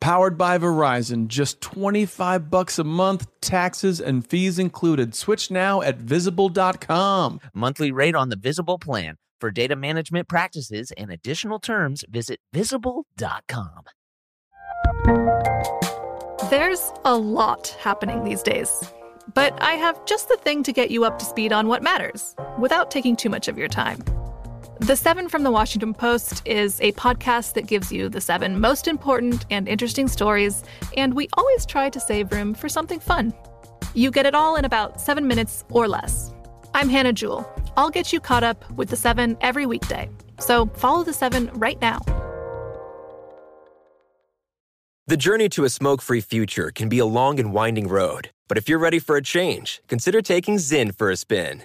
powered by Verizon. Just 25 bucks a month, taxes and fees included. Switch now at visible.com. Monthly rate on the Visible plan. For data management practices and additional terms, visit visible.com. There's a lot happening these days, but I have just the thing to get you up to speed on what matters without taking too much of your time. The Seven from the Washington Post is a podcast that gives you the seven most important and interesting stories, and we always try to save room for something fun. You get it all in about seven minutes or less. I'm Hannah Jewell. I'll get you caught up with the seven every weekday. So follow the seven right now. The journey to a smoke free future can be a long and winding road, but if you're ready for a change, consider taking Zinn for a spin.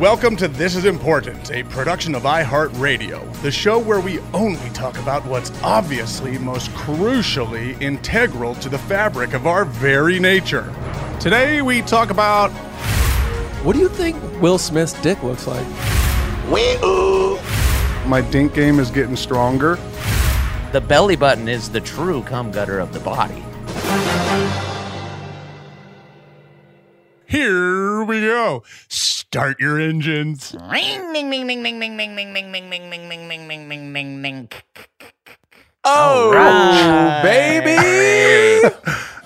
Welcome to This Is Important, a production of iHeartRadio, the show where we only talk about what's obviously most crucially integral to the fabric of our very nature. Today we talk about. What do you think Will Smith's dick looks like? My dink game is getting stronger. The belly button is the true cum gutter of the body. Here we go. Start your engines. Ring, ding, ding, ding, ding, ding, ding, ding, ding, ding, ding, ding, ding, ding, ding, ding, ding, ding. Oh, right. baby.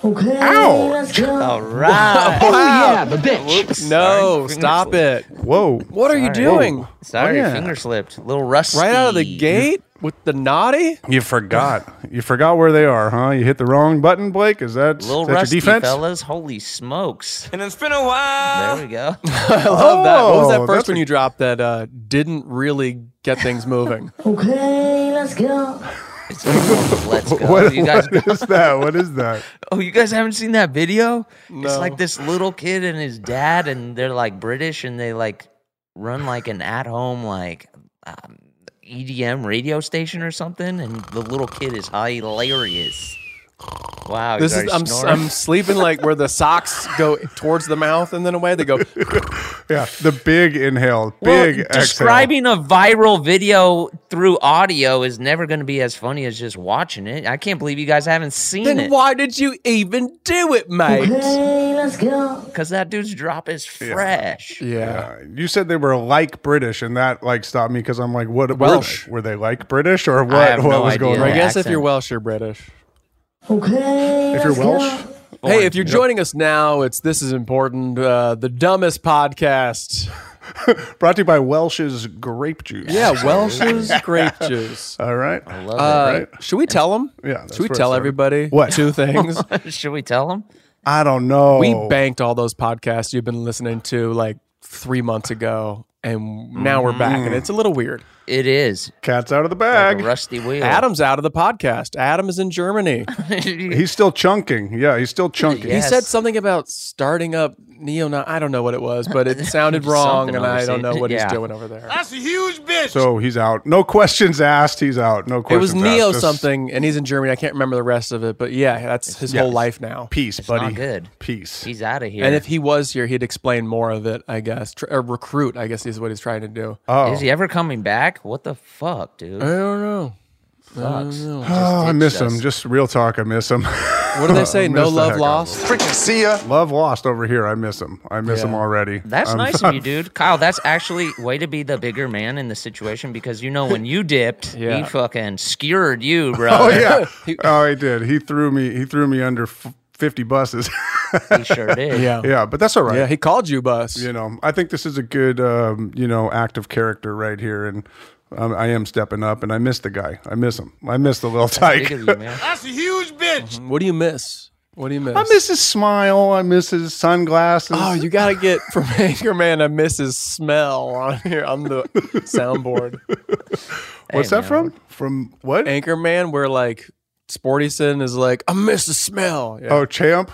Okay, Ow. let's go. All right. Oh, yeah, the bitch. no, stop it. Whoa. What are you doing? Sorry, Oh, yeah. finger slipped. A little rusty. Right out of the gate with the naughty? You forgot. You forgot where they are, huh? You hit the wrong button, Blake? Is that, A little is that rusty, your defense? fellas. Holy smokes. And it's been a while. There we go. I love that. What was Oh, that that's first one a- you dropped that uh, didn't really get things moving? Okay, let's go. It's been a while. Let's go. What, you guys, what is that? What is that? oh, you guys haven't seen that video? It's No. like this little kid and his dad, and they're like British, and they like run like an at-home like um, EDM radio station or something, and the little kid is hilarious. Wow, he's This is already I'm, s- snoring. I'm sleeping like where the socks go towards the mouth and then away they go. Yeah, the big inhale, Well, big exhale. describing a viral video through audio is never going to be as funny as just watching it. I can't believe you guys haven't seen then it why did you even do it, mate? Okay, let's go. because that dude's drop is fresh. Yeah. Uh, you said they were like British, and that like stopped me because I'm like, what? Welsh. Were they, were they like British or what? have what no was idea. going Or I on? Right. guess if you're accent. Welsh, you're British. Okay, If let's you're go. Welsh, Hey, if you're joining us now, it's This Is Important, uh, the dumbest podcast. brought to you by Welsh's grape juice. Yeah, Welsh's grape juice. All right. Uh, should we tell them? Yeah, that's Should we where it tell started. everybody What? two things? Should we tell him? I don't know. we banked all those podcasts you've been listening to like three months ago, and now we're back, Mm-hmm. and it's a little weird. It is Cat's out of the like bag. a rusty wheel. Adam's out of the podcast. Adam is in Germany. He's still chunking. Yeah, he's still chunking. He Yeah. Yes. said something about starting up neo. I don't know what it was, but it sounded wrong, Something and I don't overseas. know what Yeah. he's doing over there. So he's out. No questions asked. He's out. No It was questions. neo asked. Just something, and he's in Germany. I can't remember the rest of it, but yeah, that's his yeah. whole life now. Peace, not buddy. good. Peace. He's out of here. And if he was here, he'd explain more of it, I guess. Tr- or recruit, I guess, is what he's trying to do. oh, is he ever coming back? What the fuck, dude? I don't know. Sucks. Oh, I ditched miss him. us. Just real talk. I miss him. What do they say? I No miss the love heck lost. Freaking see ya. Love lost over here. I miss him. I miss Yeah. him already. That's I'm- nice of you, dude. Kyle, that's actually way to be the bigger man in the situation because you know when you dipped, Yeah. he fucking skewered you, bro. Oh yeah. oh, he did. He threw me. He threw me under f- fifty buses. He sure did. Yeah. yeah, but that's all right. Yeah, he called you, bus. you know, I think this is a good, um, you know, act of character right here, and um, I am stepping up. And I miss the guy. I miss him. I miss the little Big tyke. of you, man. What do you miss? What do you miss? I miss his smile. I miss his sunglasses. Oh, you gotta get from Anchor Man. I miss his smell on here on the soundboard. What's Hey, that man. from? From what? Anchor Man, where like Sportyson is like, I miss the smell. Yeah. Oh, Champ.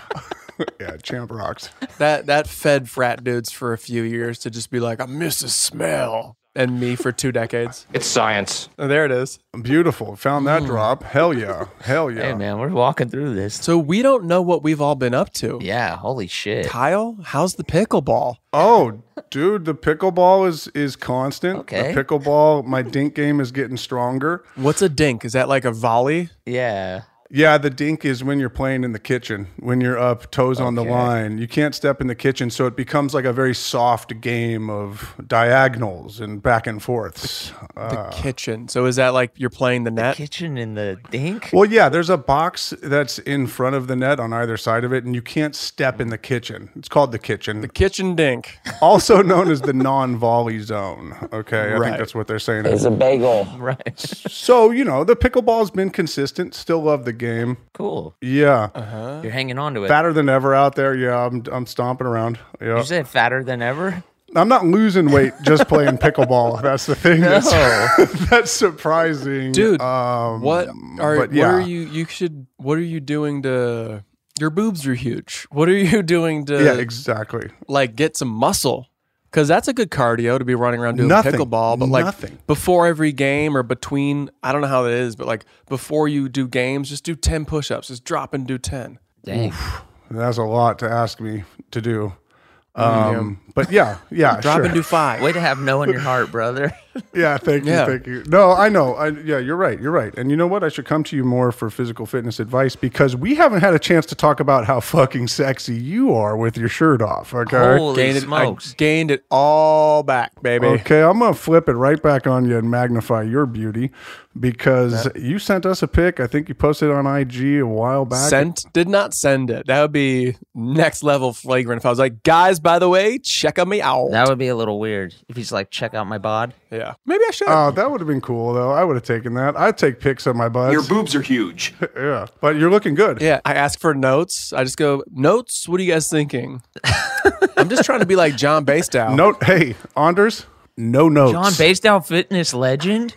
yeah, Champ rocks. That that fed frat dudes for a few years to just be like, I miss the smell. And me for two decades. It's science. Oh, there it is. Beautiful. Found that drop. Hell yeah. Hell yeah. Hey, man, we're walking through this. So we don't know what we've all been up to. Yeah, holy shit. Kyle, how's the pickleball? Oh, dude, the pickleball is is constant. Okay. The pickleball, my dink game is getting stronger. What's a dink? Is that like a volley? Yeah. Yeah, the dink is when you're playing in the kitchen, when you're up toes on the line. You can't step in the kitchen, so it becomes like a very soft game of diagonals and back and forths. The kitchen. So is that like you're playing the net? Kitchen in the dink. Well, yeah, there's a box that's in front of the net on either side of it, and you can't step in the kitchen. It's called the kitchen. kitchen dink. also known as the non-volley zone. Okay, I Right. think that's what they're saying. It's a bagel. Right. So you know, the pickleball's been consistent. Still love the game. Cool. Yeah, You're hanging on to it. fatter than ever out there. Yeah, I'm I'm stomping around. Yeah, You said fatter than ever? I'm not losing weight just playing pickleball. That's the thing. That's, that's surprising, Dude, Um, What are what but are yeah. you you should what are you doing to your boobs are huge. What are you doing to yeah, exactly. like get some muscle? Cuz that's a good cardio to be running around doing Nothing. pickleball, but like Nothing. before every game or between I don't know how that is, but like before you do games, just do 10 push-ups. Just drop and do 10. Dang. That's a lot to ask me to do. Um, But yeah, yeah, Drop sure. and do 5. Way to have no in your heart, brother. Yeah, thank you, Yeah. thank you. No, I know. I, yeah, you're right. You're right. And you know what? I should come to you more for physical fitness advice because we haven't had a chance to talk about how fucking sexy you are with your shirt off. Okay. Holy Gained it, I smokes. gained it all back, baby. Okay, I'm gonna flip it right back on you and magnify your beauty because you sent us a pic. I think you posted on IG a while back. Sent did not send it. That would be next level flagrant. If I was like, guys, by the way, check me out. That would be a little weird if he's like, check out my bod. yeah, maybe I should. Oh, that would have been cool though. I would have taken that. I'd take pics of my buds. Your boobs are huge. yeah, but you're looking good. yeah, I ask for notes. I just go notes. What are you guys thinking? I'm just trying to be like John Basedow. Note, hey, Anders, no notes. John Basedown fitness legend?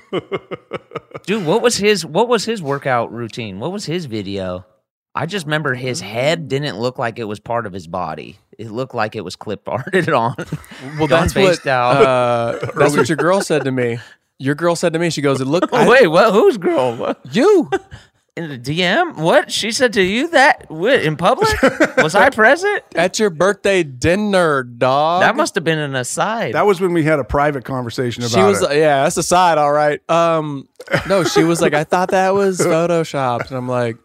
Dude, what was his what was his workout routine? What was his video? I just remember his head didn't look like it was part of his body. It looked like it was clip arted on. well, John that's what Basedow. uh, that's what your girl said to me. Your girl said to me, she goes, "It looked Oh, wait, what? Whose girl? What? you." In the DM? What? She said to you that what, in public? Was I present? At your birthday dinner, dog. That must have been an aside. That was when we had a private conversation about she was it. like, yeah, that's a side, all right. Um, no, she was like, I thought that was photoshopped, and I'm like,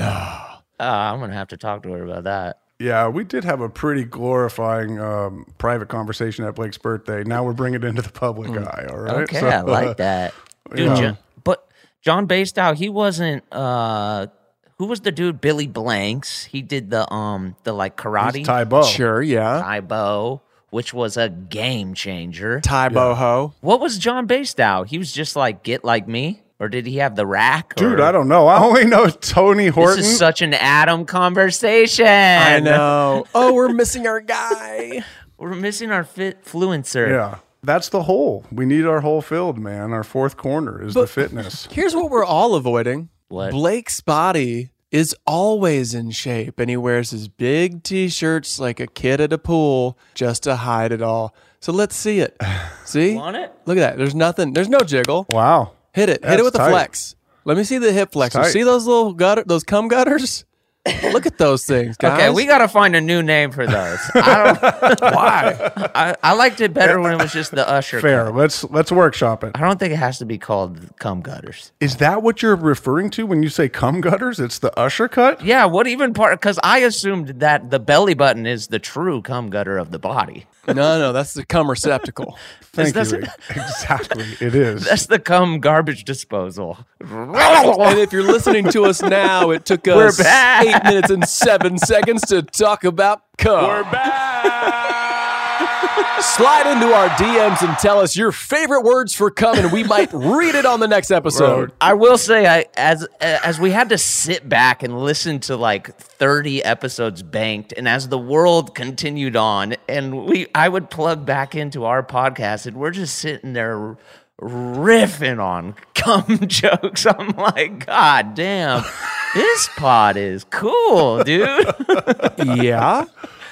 Uh, I'm gonna have to talk to her about that. Yeah, we did have a pretty glorifying um, private conversation at Blake's birthday. Now we're bringing it into the public eye. All right. Mm. Okay, So, I like that. Dude, yeah. Jo- but John Basedow, he wasn't. uh Who was the dude? Billy Blanks. He did the um the like karate Ty Bo. sure, yeah. Tai Bo, which was a game changer. Ty Boho. What was John Basedow? He was just like get like me, or did he have the rack? Dude, or- I don't know. I only know Tony Horton. This is such an Adam conversation. I know. oh, we're missing our guy. We're missing our fit fluencer. yeah. That's the hole. We need our hole filled, man. Our fourth corner is the fitness. Here's what we're all avoiding. What? Blake's body is always in shape, and he wears his big t-shirts like a kid at a pool just to hide it all. So let's see it. See? Want it? Look at that. There's nothing. There's no jiggle. Wow. Hit it. Hit That's it with a tight. flex. Let me see the hip flexor. tight. See those little gutter, those cum gutters? Look at those things, guys. Okay, we gotta find a new name for those. I don't, Why? I, I liked it better when it was just the usher. Fair. cup. Let's let's workshop it. I don't think it has to be called cum gutters. Is that what you're referring to when you say cum gutters? It's the usher cut? Yeah, what even part? Because I assumed that the belly button is the true cum gutter of the body. no, no, that's the cum receptacle. Thank that's- you. Rick. exactly. It is. That's the cum garbage disposal. and if you're listening to us now, it took We're us back. eight minutes and seven seconds to talk about cum. We're back. Slide into our DMs and tell us your favorite words for cum, and we might read it on the next episode. I will say, I as as we had to sit back and listen to like thirty episodes banked, and as the world continued on, and we, I would plug back into our podcast, and we're just sitting there riffing on cum jokes. I'm like, God damn, this pod is cool, dude. Yeah,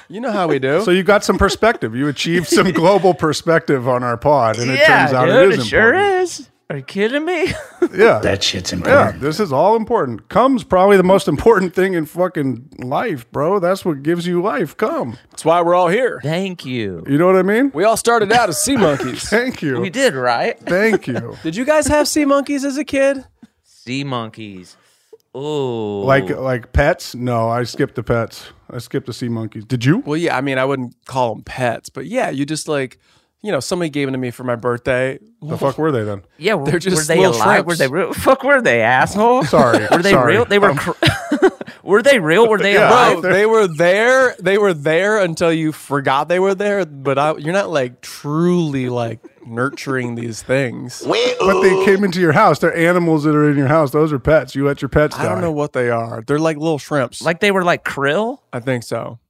you know how we do. so you got some perspective. You achieved some global perspective on our pod, and it turns out dude, it is sure important. is. Are you kidding me? Yeah, That shit's yeah. important. This is all important. Cum's probably the most important thing in fucking life, bro. That's what gives you life. Cum. That's why we're all here. Thank you. You know what I mean? We all started out as sea monkeys. Thank you. We did right. Thank you. Did you guys have sea monkeys as a kid? Sea monkeys. Ooh, like like pets? No, I skipped the pets. I skipped the sea monkeys. Did you? Well, yeah, I mean, I wouldn't call them pets, but yeah, you just like, you know, somebody gave them to me for my birthday. The fuck were they then? Yeah, were- They're just were they little alive? Were shrimps. they real? Fuck, were they asshole? Sorry. were they Sorry. real? They were. Um, cr- were they real? Were they Yeah. alive? Bro, they were there. They were there until you forgot they were there. But I, you're not like truly like nurturing these things. But they came into your house. They're animals that are in your house. Those are pets. You let your pets die. I don't know what they are. They're like little shrimps. Like they were like krill. I think so.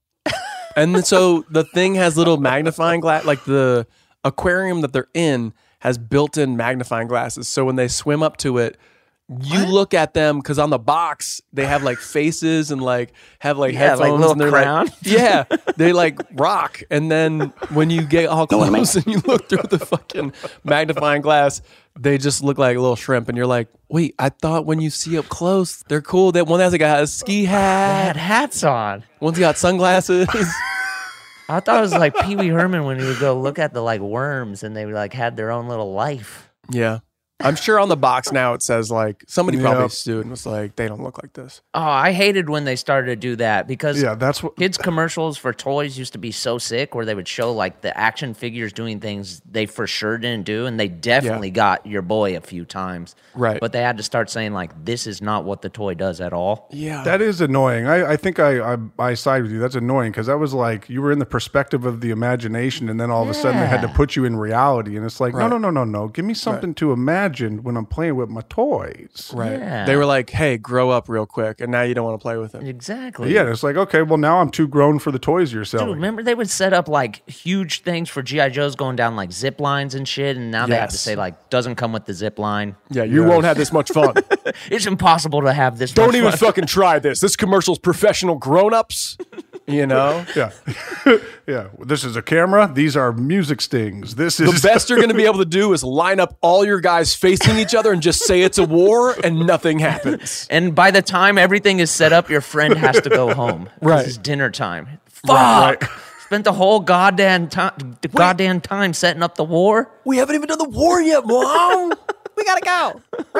and then- so the thing has little magnifying glass, like the aquarium that they're in has built-in magnifying glasses. So when they swim up to it, you look at them because on the box they have like faces and like have like Yeah, like headphones little and they're like- crown. yeah, they like rock. And then when you get all close and you look through the fucking magnifying glass, they just look like little shrimp. And you're like, wait, I thought when you see up close, they're cool. That one has like a ski They hat. had hats on. One's got sunglasses. I thought it was like Pee Wee Herman when he would go look at the like worms and they like had their own little life. yeah. I'm sure on the box now it says like somebody Yeah. probably sued and was like, they don't look like this. Oh, I hated when they started to do that because Yeah, that's what. kids commercials for toys used to be so sick where they would show like the action figures doing things they for sure didn't do and they definitely got your boy a few times Right. but they had to start saying like this is not what the toy does at all Yeah. That is annoying. I, I think I, I I side with you. That's annoying because that was like you were in the perspective of the imagination, and then all of a sudden they had to put you in reality, and it's like Right. no no no no no. Give me something to imagine when I'm playing with my toys. right. Yeah. They were like, hey, grow up real quick. And now you don't want to play with it. exactly Yeah, it's like okay, well now I'm too grown for the toys you're Dude, selling. remember they would set up like huge things for GI Joes going down like zip lines and shit, and now they have to Yes. say like doesn't come with the zip line. Yeah. You won't have this much fun. It's impossible to have this. don't much even fun. fucking try this. This commercial's professional grown ups. You know? yeah, yeah. This is a camera. These are music stings. This The is best you're going to be able to do is line up all your guys facing each other and just say it's a war and nothing happens. And by the time everything is set up, your friend has to go home. Right. It's dinner time. Fuck. Right, Spent the whole goddamn time, goddamn time setting up the war. We haven't even done the war yet, mom. we got to go.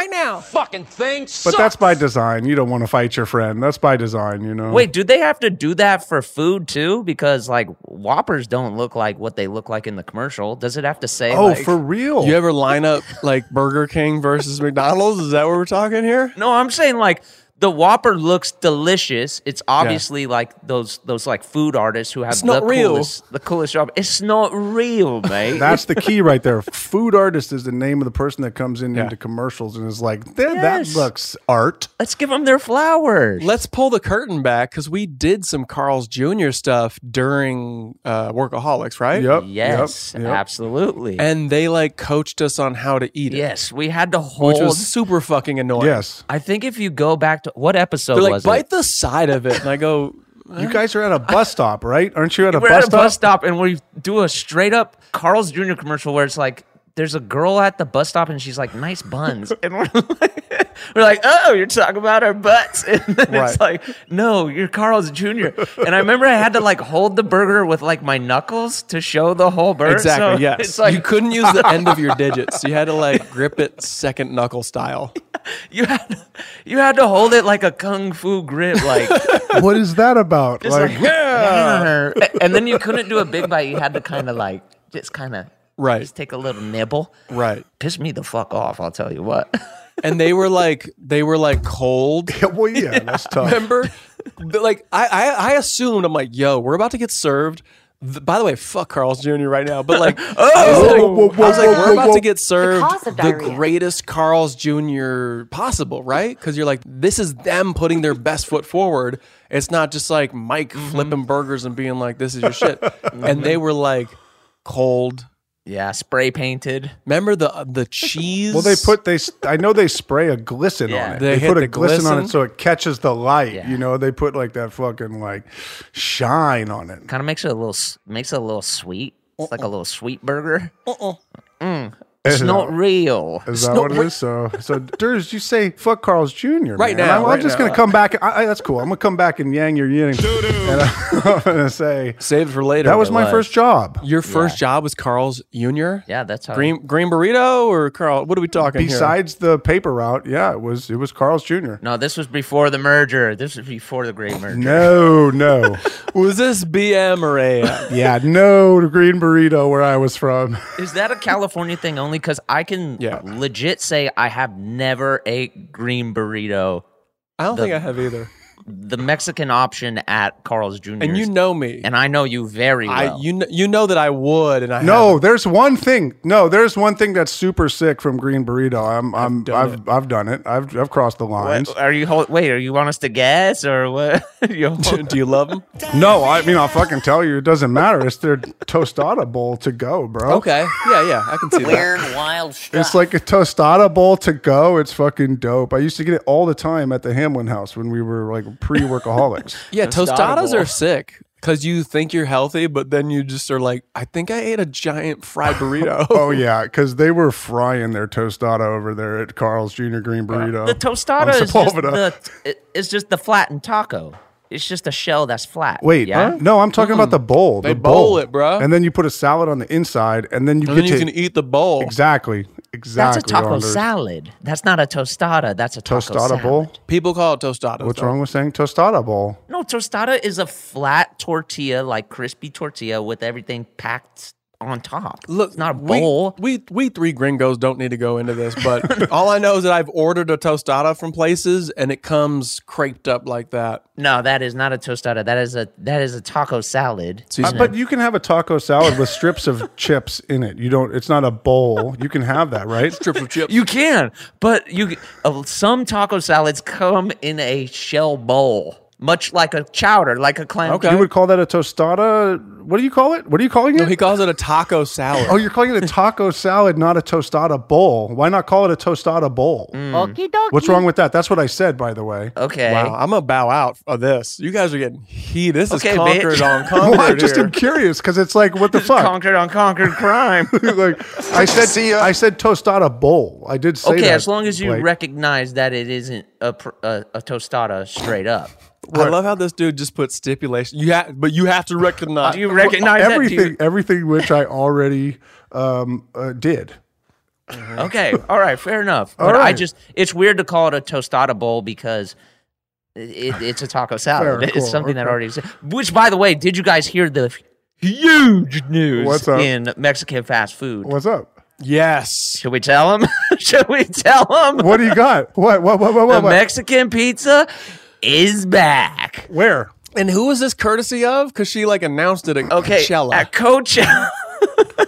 But that's by design. You don't want to fight your friend. That's by design. You know. Wait, do they have to do that for food too? Because like Whoppers don't look like what they look like in the commercial. Does it have to say? Oh, like- for real? You ever line up like Burger King versus McDonald's? Is that what we're talking here? No, I'm saying like the Whopper looks delicious. It's obviously like those those like food artists who have It's not the real. coolest the coolest job. It's not real, mate. That's the key right there. Food artist is the name of the person that comes in into commercials and is like, "Th- Yes. that looks art. Let's give them their flowers. Let's pull the curtain back because we did some Carl's Jr. stuff during uh, Workaholics, right? Yep. yes, Yep. Yep. absolutely. And they like coached us on how to eat it, Yes, we had to hold. which was super fucking annoying. Yes. I think if you go back to what episode They're like, was bite it? the side of it. And I go, You guys are at a bus stop, right? Aren't you at a We're bus at a bus stop? stop and we do a straight up Carl's Jr. commercial where it's like there's a girl at the bus stop and she's like, nice buns. And we're like, we're like oh, you're talking about our butts. And then Right. it's like, no, you're Carl's Jr. And I remember I had to like hold the burger with like my knuckles to show the whole burger. Exactly. So yes. It's like, you couldn't use the end of your digits. You had to like grip it second knuckle style. you had, you had to hold it like a kung fu grip. Like, what is that about? It's like, yeah. And then you couldn't do a big bite. You had to kind of like just kind of Right. just take a little nibble. Right. Piss me the fuck off. I'll tell you what. And they were like they were like cold. Yeah, well, yeah, that's tough. Remember? But, like I, I I assumed I'm like, yo, we're about to get served. Th- By the way, fuck Carl's Jr. right now, but like, oh, I was like, whoa, whoa, I was like, whoa, we're whoa, about whoa. to get served cause of the diarrhea. greatest Carl's Jr. possible, right? Because you're like, this is them putting their best foot forward. It's not just like Mike Mm-hmm. flipping burgers and being like, this is your shit. and they were like, cold. yeah, spray painted. Remember the the cheese? Well, they put they. s- I know they spray a glisten on Yeah. it. They They, hit put a the glisten, on glisten? it so it catches the light. Yeah. You know, they put like that fucking like shine on it. Kind of makes it a little s- makes it a little sweet. It's like a little sweet burger. It's Is not that- real. Is that what it is? So, so, Durs, you say fuck Carl's Jr. Right man. And now, I'm, I'm right just now. gonna come back. I, I, that's cool. I'm gonna come back and yang your yin, and I'm gonna say saved for later. that was It my first job. Your first job was Carl's Jr. Yeah, that's how. Green Green Burrito or Carl? What are we talking? here? Besides the paper route, yeah, it was it was Carl's Jr. No, this was before the merger. This was before the great merger. No, no, was this BM or AM? yeah, no to green burrito where I was from. Is that a California thing only? Because I can Yeah. legit say I have never ate green burrito, I don't The- think I have either. the Mexican option at Carl's Jr. And you know me. and I know you very I well. you know, you know that I would, and I No, haven't. there's one thing. No, there's one thing that's super sick from green burrito. I'm I'm done I've I've, done it. I've I've crossed the lines. What- are you hol- wait? Are you want us to guess or what? You Do, do you love him? No, I mean I'll fucking tell you, it doesn't matter. It's their tostada bowl to go, bro. Okay, yeah, yeah, I can see that. Weird, wild stuff. It's like a tostada bowl to go. It's fucking dope. I used to get it all the time at the Hamlin house when we were like pre-workaholics. Yeah, tostadas Tostadable. are sick because you think you're healthy, but then you just are like, I think I ate a giant fried burrito. oh yeah, because they were frying their tostada over there at Carl's Jr. Green Burrito. the tostada on is just Sepulveda. the it- it's just the flattened taco. It's just a shell that's flat. Wait, yeah. Mm. no, I'm talking about the bowl. They the bowl. bowl it, bro. And then you put a salad on the inside, and then you and get then you to can eat the bowl. exactly, exactly. That's a taco Anders. salad. That's not a tostada. That's a taco Tostada salad. bowl. People call it tostadas. What's though. wrong with saying tostada bowl? No, tostada is a flat tortilla, like crispy tortilla with everything packed on top. Look, it's not a we- bowl. We, we three gringos don't need to go into this, but all I know is that I've ordered a tostada from places and it comes creped up like that. no, that is not a tostada. That is a that is a taco salad. Uh, but you can have a taco salad with strips of chips in it. You don't. It's not a bowl. You can have that, right? Triple chip. You can, but you uh, some taco salads come in a shell bowl, much like a chowder, like a clam. Okay. You would call that a tostada. What do you call it? What are you calling it? No, he calls it a taco salad. Oh, you're calling it a taco salad, not a tostada bowl. Why not call it a tostada bowl? Hmm. Okie dokie. What's wrong with that? That's what I said, by the way. Okay. Wow, I'm gonna bow out of this. You guys are getting heat. This Okay, is conquered on bitch. Well, conquered. I just here. am curious because it's like, what the fuck? Conquered on conquered crime. like I said, I said tostada bowl. I did say uh, okay, that, as long as you Blake. recognize that it isn't a, pr- a, a tostada straight up. I love how this dude just put stipulation. You ha- but you have to recognize. Do you recognize that? Do you- everything, everything which I already um, uh, did. Okay. All right. Fair enough. All But I right. just, it's weird to call it a tostada bowl because it, it's a taco salad. Fair, it's cool, something that okay. already exists. Which, by the way, did you guys hear the huge news What's up? in Mexican fast food? What's up? yes. Should we tell them? Should we tell them? What do you got? What? What? What? What? the What? what? Mexican pizza is back. Where? And who is this courtesy of? Because she like announced it at Okay. Coachella. At Coachella.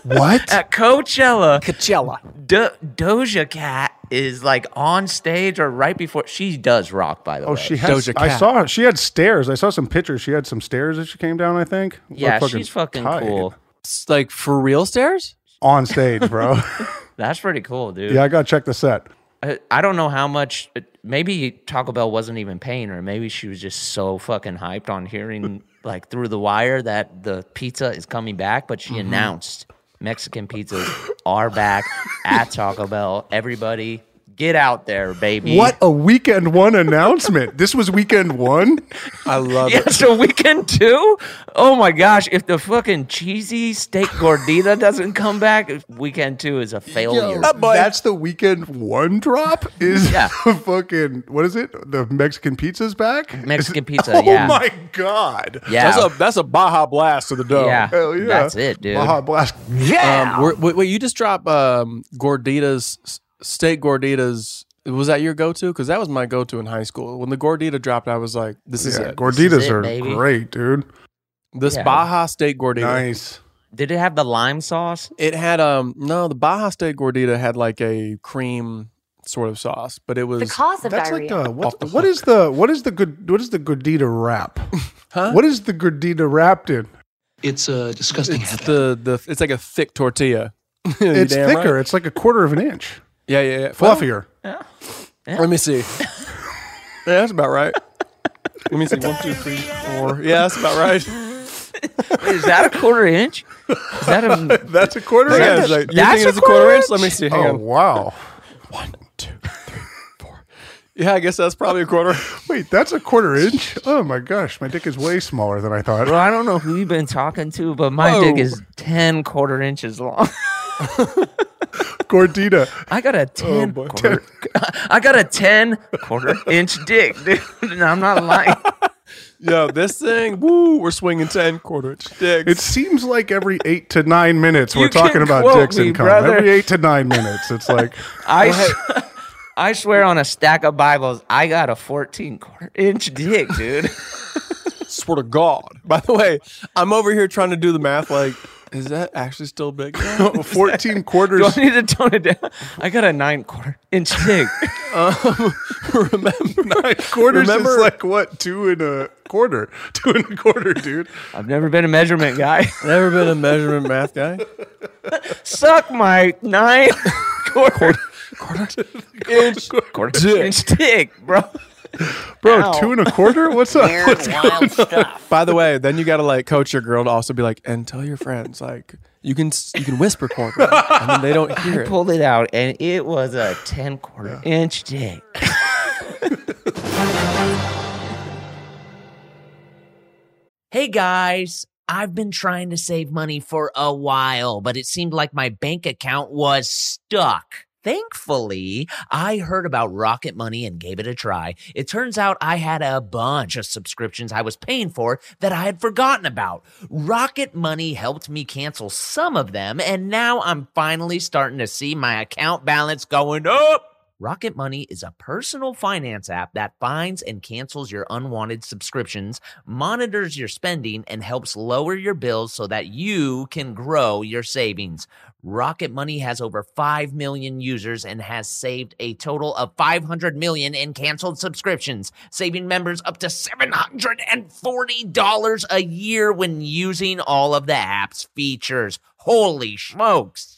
What? At Coachella. Coachella. Do- Doja Cat is like on stage or right before she does rock. By the way, Oh, she has. Doja I Cat. saw. She had stairs. I saw some pictures. She had some stairs that she came down. I think. Looked yeah, she's fucking tight. cool. It's like for real stairs. On stage, bro. That's pretty cool, dude. yeah, I gotta check the set. I, Uh, I don't know how much. uh, Maybe Taco Bell wasn't even paying her. Maybe she was just so fucking hyped on hearing like Mm-hmm. through the wire that the pizza is coming back. But she announced Mexican pizza is are back at Taco Bell. Everybody, get out there, baby. What a weekend one announcement. This was weekend one. I love Yeah, it. so weekend two? Oh my gosh, if the fucking cheesy steak gordita doesn't come back, weekend two is a failure. That's the weekend one drop. Is Yeah. the fucking what is it? The Mexican pizza's back. Mexican pizza, oh yeah. my god. yeah. That's a that's a Baja blast to the dough. yeah. Hell yeah. That's it, dude. Baja Blast. Um, we're, wait, wait, you just drop um, gorditas, s- steak gorditas. Was that your go-to? Because that was my go-to in high school. When the gordita dropped, I was like, "This is Yeah, it." gorditas it, are baby. great, dude. This Yeah. Baja steak gordita. Nice. Did it have the lime sauce? It had um no, the Baja steak gordita had like a cream sort of sauce, but it was The cause of That's like diarrhea. uh, Off what, the what is the what is the good what is the gordita wrap? Huh? What is the gordita wrapped in? It's a disgusting it's the the it's like a thick tortilla. You It's damn thicker. right. It's like a quarter of an inch, Yeah, yeah, yeah. Well, fluffier. Let me see. yeah, that's about right. Let me see. One, two, three, four. Yeah, that's about right. Is that a quarter inch? Is that a That's a quarter Yeah, inch. it's like, you That's think a it's a quarter quarter inch? Let me see. Hang oh on. wow! Yeah, I guess that's probably a quarter. Wait, that's a quarter inch. Oh my gosh, my dick is way smaller than I thought. Bro, I don't know who you've been talking to, but my Whoa. dick is 10 quarter inches long. Gordita. I got a Oh, 10 boy. quarter I got a 10 quarter inch dick, dude. And I'm not lying. Yo, this thing, woo, we're swinging 10 quarter inch sticks. It seems like every eight to nine minutes You we're talking can about quote dicks me, and cum. brother. Every eight to nine minutes, it's like I, s- I swear on a stack of Bibles, I got a 14 quarter inch dick, dude. swear to God. By the way, I'm over here trying to do the math like, is that actually still big? fourteen Do quarters. I need to tone it down? I got a nine quarter inch dick. Remember? quarters Remember- is like what two and a quarter, two and a quarter, dude. I've never been a measurement guy. Never been a measurement math guy. Suck my nine quarter, inch, quarter dick. inch dick, bro. Bro, Ow. two and a quarter. What's up? What's wild stuff. By the way, then you got to like coach your girl to also be like, and tell your friends, like, you can s- you can whisper quarter, and then they don't hear it. Pulled it out, and it was a 10 quarter inch dick. Hey guys, I've been trying to save money for a while, but it seemed like my bank account was stuck. Thankfully, I heard about Rocket Money and gave it a try. It turns out I had a bunch of subscriptions I was paying for that I had forgotten about. Rocket Money helped me cancel some of them, and now I'm finally starting to see my account balance going up. Rocket Money is a personal finance app that finds and cancels your unwanted subscriptions, monitors your spending, and helps lower your bills so that you can grow your savings. Rocket Money has over 5 million users and has saved a total of 500 million in canceled subscriptions, saving members up to $740 a year when using all of the app's features. Holy smokes!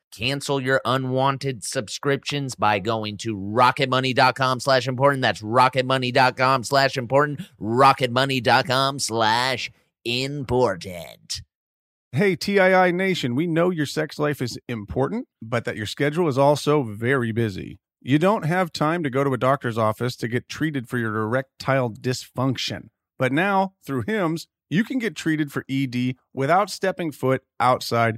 Cancel your unwanted subscriptions by going to rocketmoney.com slash important. That's rocketmoney.com slash important. Rocketmoney.com slash important. Hey, TII Nation, we know your sex life is important, but that your schedule is also very busy. You don't have time to go to a doctor's office to get treated for your erectile dysfunction. But now, through HIMS, you can get treated for ED without stepping foot outside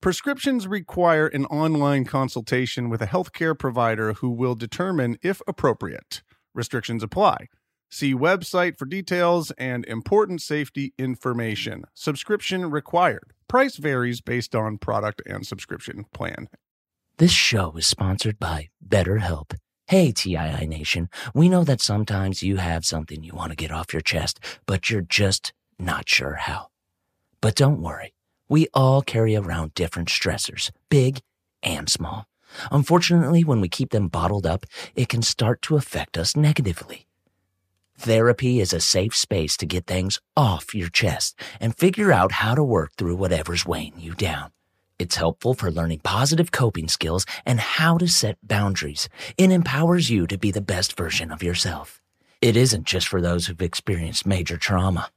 Prescriptions require an online consultation with a healthcare provider who will determine if appropriate. Restrictions apply. See website for details and important safety information. Subscription required. Price varies based on product and subscription plan. This show is sponsored by BetterHelp. Hey, TII Nation, we know that sometimes you have something you want to get off your chest, but you're just not sure how. But don't worry, we all carry around different stressors, big and small. Unfortunately, when we keep them bottled up, it can start to affect us negatively. Therapy is a safe space to get things off your chest and figure out how to work through whatever's weighing you down. It's helpful for learning positive coping skills and how to set boundaries. It empowers you to be the best version of yourself. It isn't just for those who've experienced major trauma.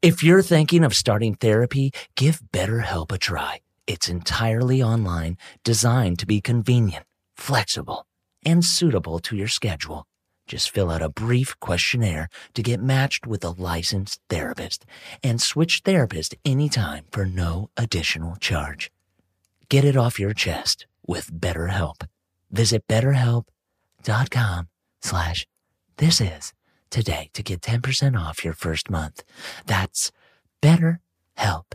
If you're thinking of starting therapy, give BetterHelp a try. It's entirely online, designed to be convenient, flexible, and suitable to your schedule. Just fill out a brief questionnaire to get matched with a licensed therapist and switch therapist anytime for no additional charge. Get it off your chest with BetterHelp. Visit betterhelp.com slash this is today to get 10% off your first month. That's betterhelp,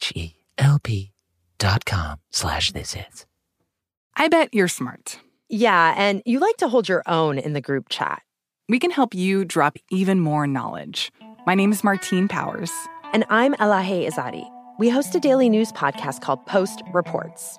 H-E-L-P dot com slash this is. I bet you're smart. Yeah, and you like to hold your own in the group chat. We can help you drop even more knowledge. My name is Martine Powers. And I'm Elahe Izadi. We host a daily news podcast called Post Reports.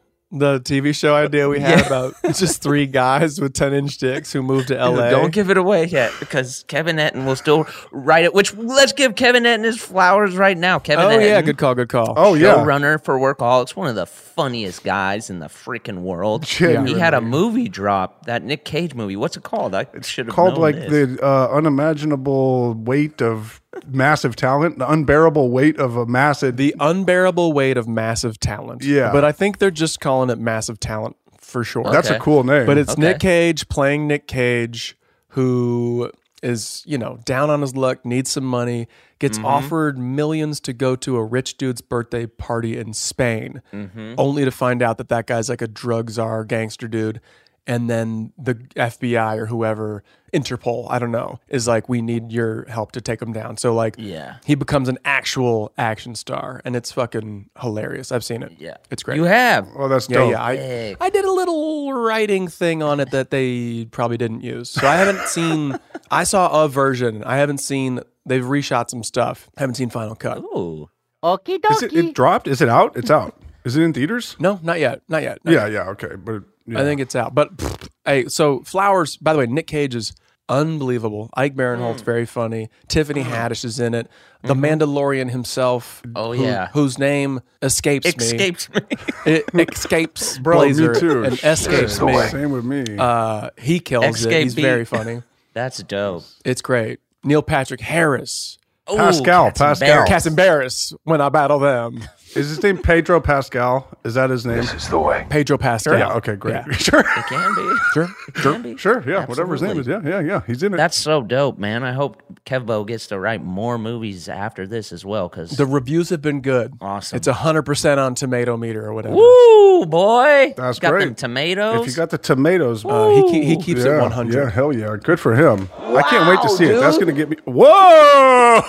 The TV show idea we had Yeah. about just three guys with 10 inch dicks who moved to LA. Don't give it away yet because Kevin Etten will still write it. Which let's give Kevin Etten his flowers right now. Kevin. oh, Etten, yeah. Good call. Good call. Oh, yeah. Showrunner for Workaholics, one of the funniest guys in the freaking world. Genuinely. He had a movie drop, that Nick Cage movie. What's it called? I should have Called known like this. the uh, unimaginable weight of massive talent, the unbearable weight of a massive. The unbearable weight of massive talent. Yeah. But I think they're just calling it massive talent for sure. That's a Okay. cool name. But it's Okay. Nick Cage playing Nick Cage, who is, you know, down on his luck, needs some money, gets Mm-hmm. offered millions to go to a rich dude's birthday party in Spain, Mm-hmm. only to find out that that guy's like a drug czar gangster dude. And then the FBI or whoever, Interpol, I don't know, is like, we need your help to take him down. So, like, Yeah. he becomes an actual action star. And it's fucking hilarious. I've seen it. Yeah. It's great. You have. oh, that's Yeah, dope. yeah. I, I did a little writing thing on it that they probably didn't use. So I haven't seen, I saw a version. I haven't seen, they've reshot some stuff. I haven't seen Final Cut. Ooh. Okie Is it, it dropped? Is it out? It's out. Is it in theaters? No, not yet. Not yet. not Yeah, yet. yeah, okay. But yeah. I think it's out. But pfft, hey, so Flowers, by the way, Nick Cage is unbelievable. Ike Hmm. Barinholtz, very funny. Tiffany Haddish is in it. The Mandalorian himself. Mm-hmm. Oh, who- yeah. Whose name escapes me. Escapes me. It escapes Bro, Blazer me too. and escapes Same me. Same with me. Uh, he kills it. He's Escapee. very funny. That's dope. It's great. Neil Patrick Harris, Ooh, Pascal, Cats Pascal. and Bears. Cass and Barris, when I battle them. is his name Pedro Pascal? Is that his name? This is the way. Pedro Pascal. Yeah. Okay. Great. Yeah. Sure. It can be. Sure. It can be. Sure. Yeah. Whatever his name is. Absolutely. Yeah. Yeah. Yeah. He's in it. That's so dope, man. I hope Kevbo gets to write more movies after this as well. Because The reviews have been good. Awesome. It's 100% on tomato meter or whatever. woo boy, That's got great. Them tomatoes. if you got the tomatoes, Uh, he, ke- he keeps yeah, it 100. Yeah. Hell yeah. Good for him. I can't wait to see it. That's dude. gonna get me. Whoa!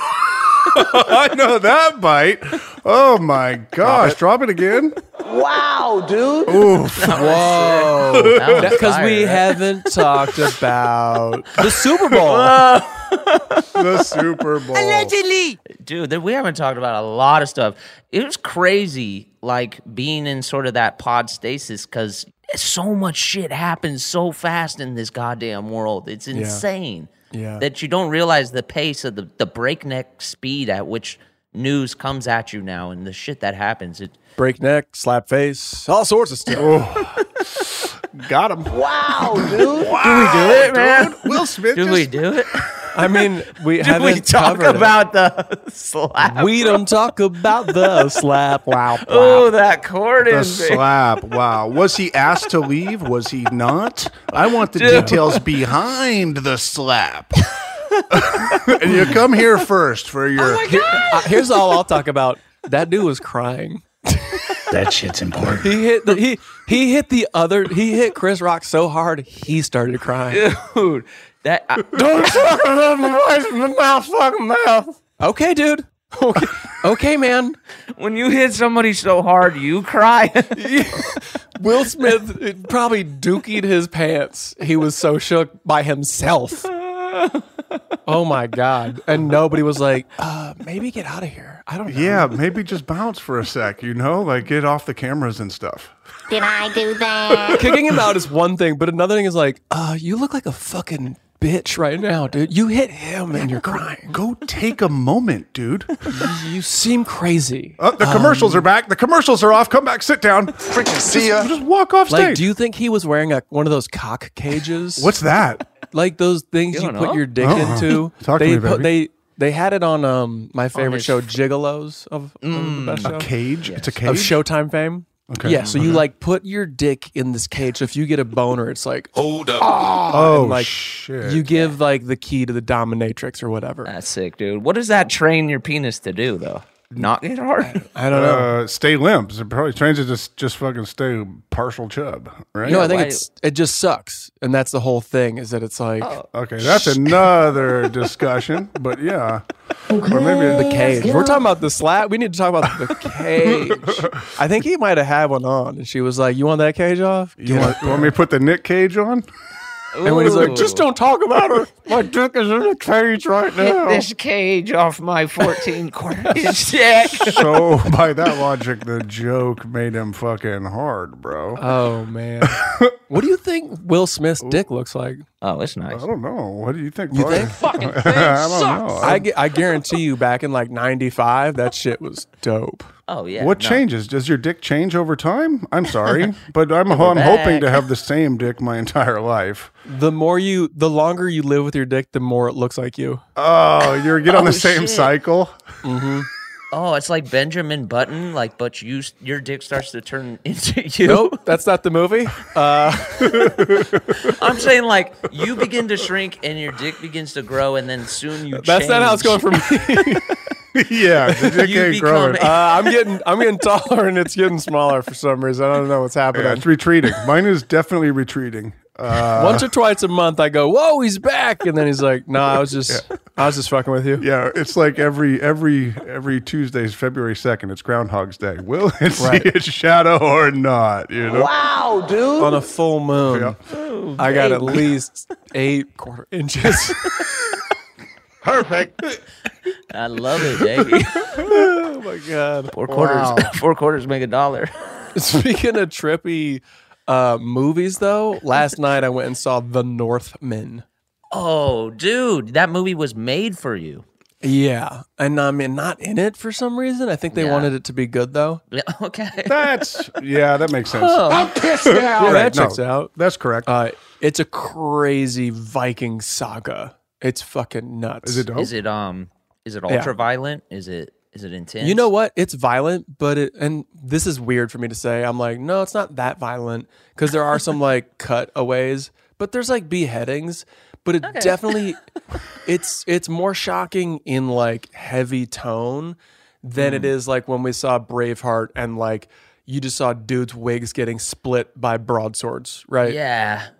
I know that bite. Oh my gosh! Drop it again. Wow, dude. Oof. Whoa. That was Because we fire. haven't talked about the Super Bowl. the Super Bowl. Allegedly. Dude, that- we haven't talked about a lot of stuff. It was crazy, like being in sort of that pod stasis because so much shit happens so fast in this goddamn world. It's Yeah. insane Yeah. that you don't realize the pace of the, the breakneck speed at which news comes at you now and the shit that happens. It, Breakneck, slap face, all sorts of stuff. Got him. Wow, dude. Did we do it, man? Will Smith. Did we do it? I mean, we Did haven't we talk covered it. about the slap? We don't talk about the slap. Wow. Oh, that cord The is big. slap. Wow. Was he asked to leave? Was he not? I want the Dude. details behind the slap. and you come here first for your. Uh, here's all I'll talk about. That dude was crying. That shit's important. He hit the, he he hit the other he hit Chris Rock so hard he started crying. Dude, that I, Don't talk about my voice my mouth, fucking mouth. Okay, dude. Okay, okay, man. When you hit somebody so hard, you cry. Will Smith probably dookied his pants. He was so shook by himself. Oh my god! And nobody was like, uh, maybe get out of here. I don't know. Yeah, maybe just bounce for a sec, you know? Like get off the cameras and stuff. Did I do that? Kicking him out is one thing, but another thing is like, uh, you look like a fucking bitch right now, dude. You hit him and you're crying. Go take a moment, dude. You seem crazy. Oh, the commercials are back. The commercials are off. Come back, sit down. Freaking see ya. Just walk off Like, stage. do you think he was wearing a, one of those cock cages? What's that? Like those things You you, don't put know? your dick Uh-uh. into? Talk to they me, put, baby. they they had it on um my favorite his- Mm. show, Gigolos of, of the best a show. cage? It's a cage. of Showtime fame. Okay. Yeah, so you Okay. like put your dick in this cage. So if you get a boner, it's like hold up. Oh, Oh, like shit. you give like the key to the dominatrix or whatever. That's sick, dude. What does that train your penis to do, though? Not get hard. I don't know. Uh, stay limp. It probably trains it to just just fucking stay partial chub, right? No, I think it's it just sucks, and that's the whole thing. Is that it's like okay. That's another discussion, but yeah, or maybe the cage. We're talking about the slap. We need to talk about the cage. I think he might have had one on, and she was like, "You want that cage off?" you want, you want me to put the Nick Cage on? And when he's like, Ooh. "Just don't talk about her. My dick is in a cage right Get now." this cage off my 14 quarter inch dick. So by that logic, the joke made him fucking hard, bro. Oh man, what do you think Will Smith's dick looks like? Oh, it's nice. I don't know. What do you think? You Brian? think? I don't know. I, gu- I guarantee you, back in like '95, that shit was dope. Oh yeah. what changes? Does your dick change over time? I'm sorry, but I'm We're I'm hoping to back. have the same dick my entire life. The more you, the longer you live with your dick, the more it looks like you. Oh, you're get on Oh, the same shit. cycle. Oh, it's like Benjamin Button, like, but you, s- your dick starts to turn into you. Nope, that's not the movie. Uh, I'm saying, like, you begin to shrink and your dick begins to grow, and then soon you. that's not how it's going change. for me. yeah, the dick You ain't growing. become Uh, I'm getting, I'm getting taller, and it's getting smaller for some reason. I don't know what's happening. Yeah, it's retreating. Mine is definitely retreating. Uh, Once or twice a month, I go, "Whoa, he's back!" And then he's like, "No, I was just, I was just fucking with you." yeah, it's like every every every Tuesday is February second. It's Groundhog's Day. Will it Right. see its shadow or not? You know. Wow, dude. On a full moon, Yeah. I got at baby. least eight quarter inches. Perfect. I love it, baby. oh my god! Four quarters, four quarters make a dollar. Speaking of trippy uh, movies, though, last night I went and saw The Northmen. Oh, dude, that movie was made for you. Yeah, and I mean, not in it for some reason. I think they Yeah. wanted it to be good though. Yeah, Okay. That's yeah, that makes sense. Oh. I'm pissed now. Yeah, Right, that no, checks out. That's correct. Uh, it's a crazy Viking saga. It's fucking nuts. Is it dope? Is it um? Is it Yeah. ultra violent? Is it is it intense? You know what? It's violent, but it and this is weird for me to say. I'm like, no, it's not that violent because there are some like cutaways, but there's like beheadings, but it definitely it's it's more shocking in like heavy tone than Hmm. it is like when we saw Braveheart and like you just saw dudes wigs getting split by broadswords, right? Yeah,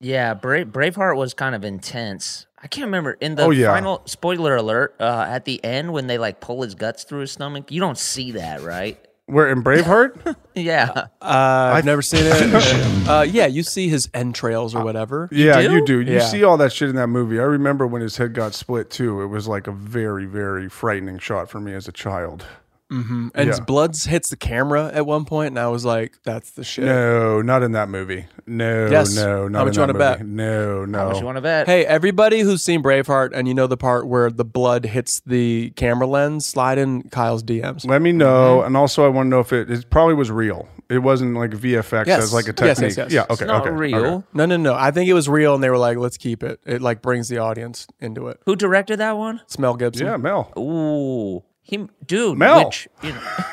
yeah. Bra- Braveheart was kind of intense. I can't remember in the Oh, yeah. final spoiler alert uh, at the end when they like pull his guts through his stomach. You don't see that, right? We're in Braveheart. Yeah. Uh, I've never seen it. uh, yeah, you see his entrails or whatever. Uh, yeah, you do. You Yeah. see all that shit in that movie. I remember when his head got split too. It was like a very, very frightening shot for me as a child. hmm And his Yeah. blood hits the camera at one point, and I was like, "That's the shit." No, not in that movie. No, Yes. no, not How much in you that wanna bet? movie. No, no. bet? Hey, everybody who's seen Braveheart and you know the part where the blood hits the camera lens, slide in Kyle's DMs. Let me know. And also, I want to know if it, it probably was real. It wasn't like VFX as like a technique. Yes, yes, yes. Yeah. Okay. okay, okay. No, no, no. I think it was real, and they were like, "Let's keep it." It like brings the audience into it. Who directed that one? It's Mel Gibson. Yeah, Mel. Ooh, he dude. Mel. Which, you know,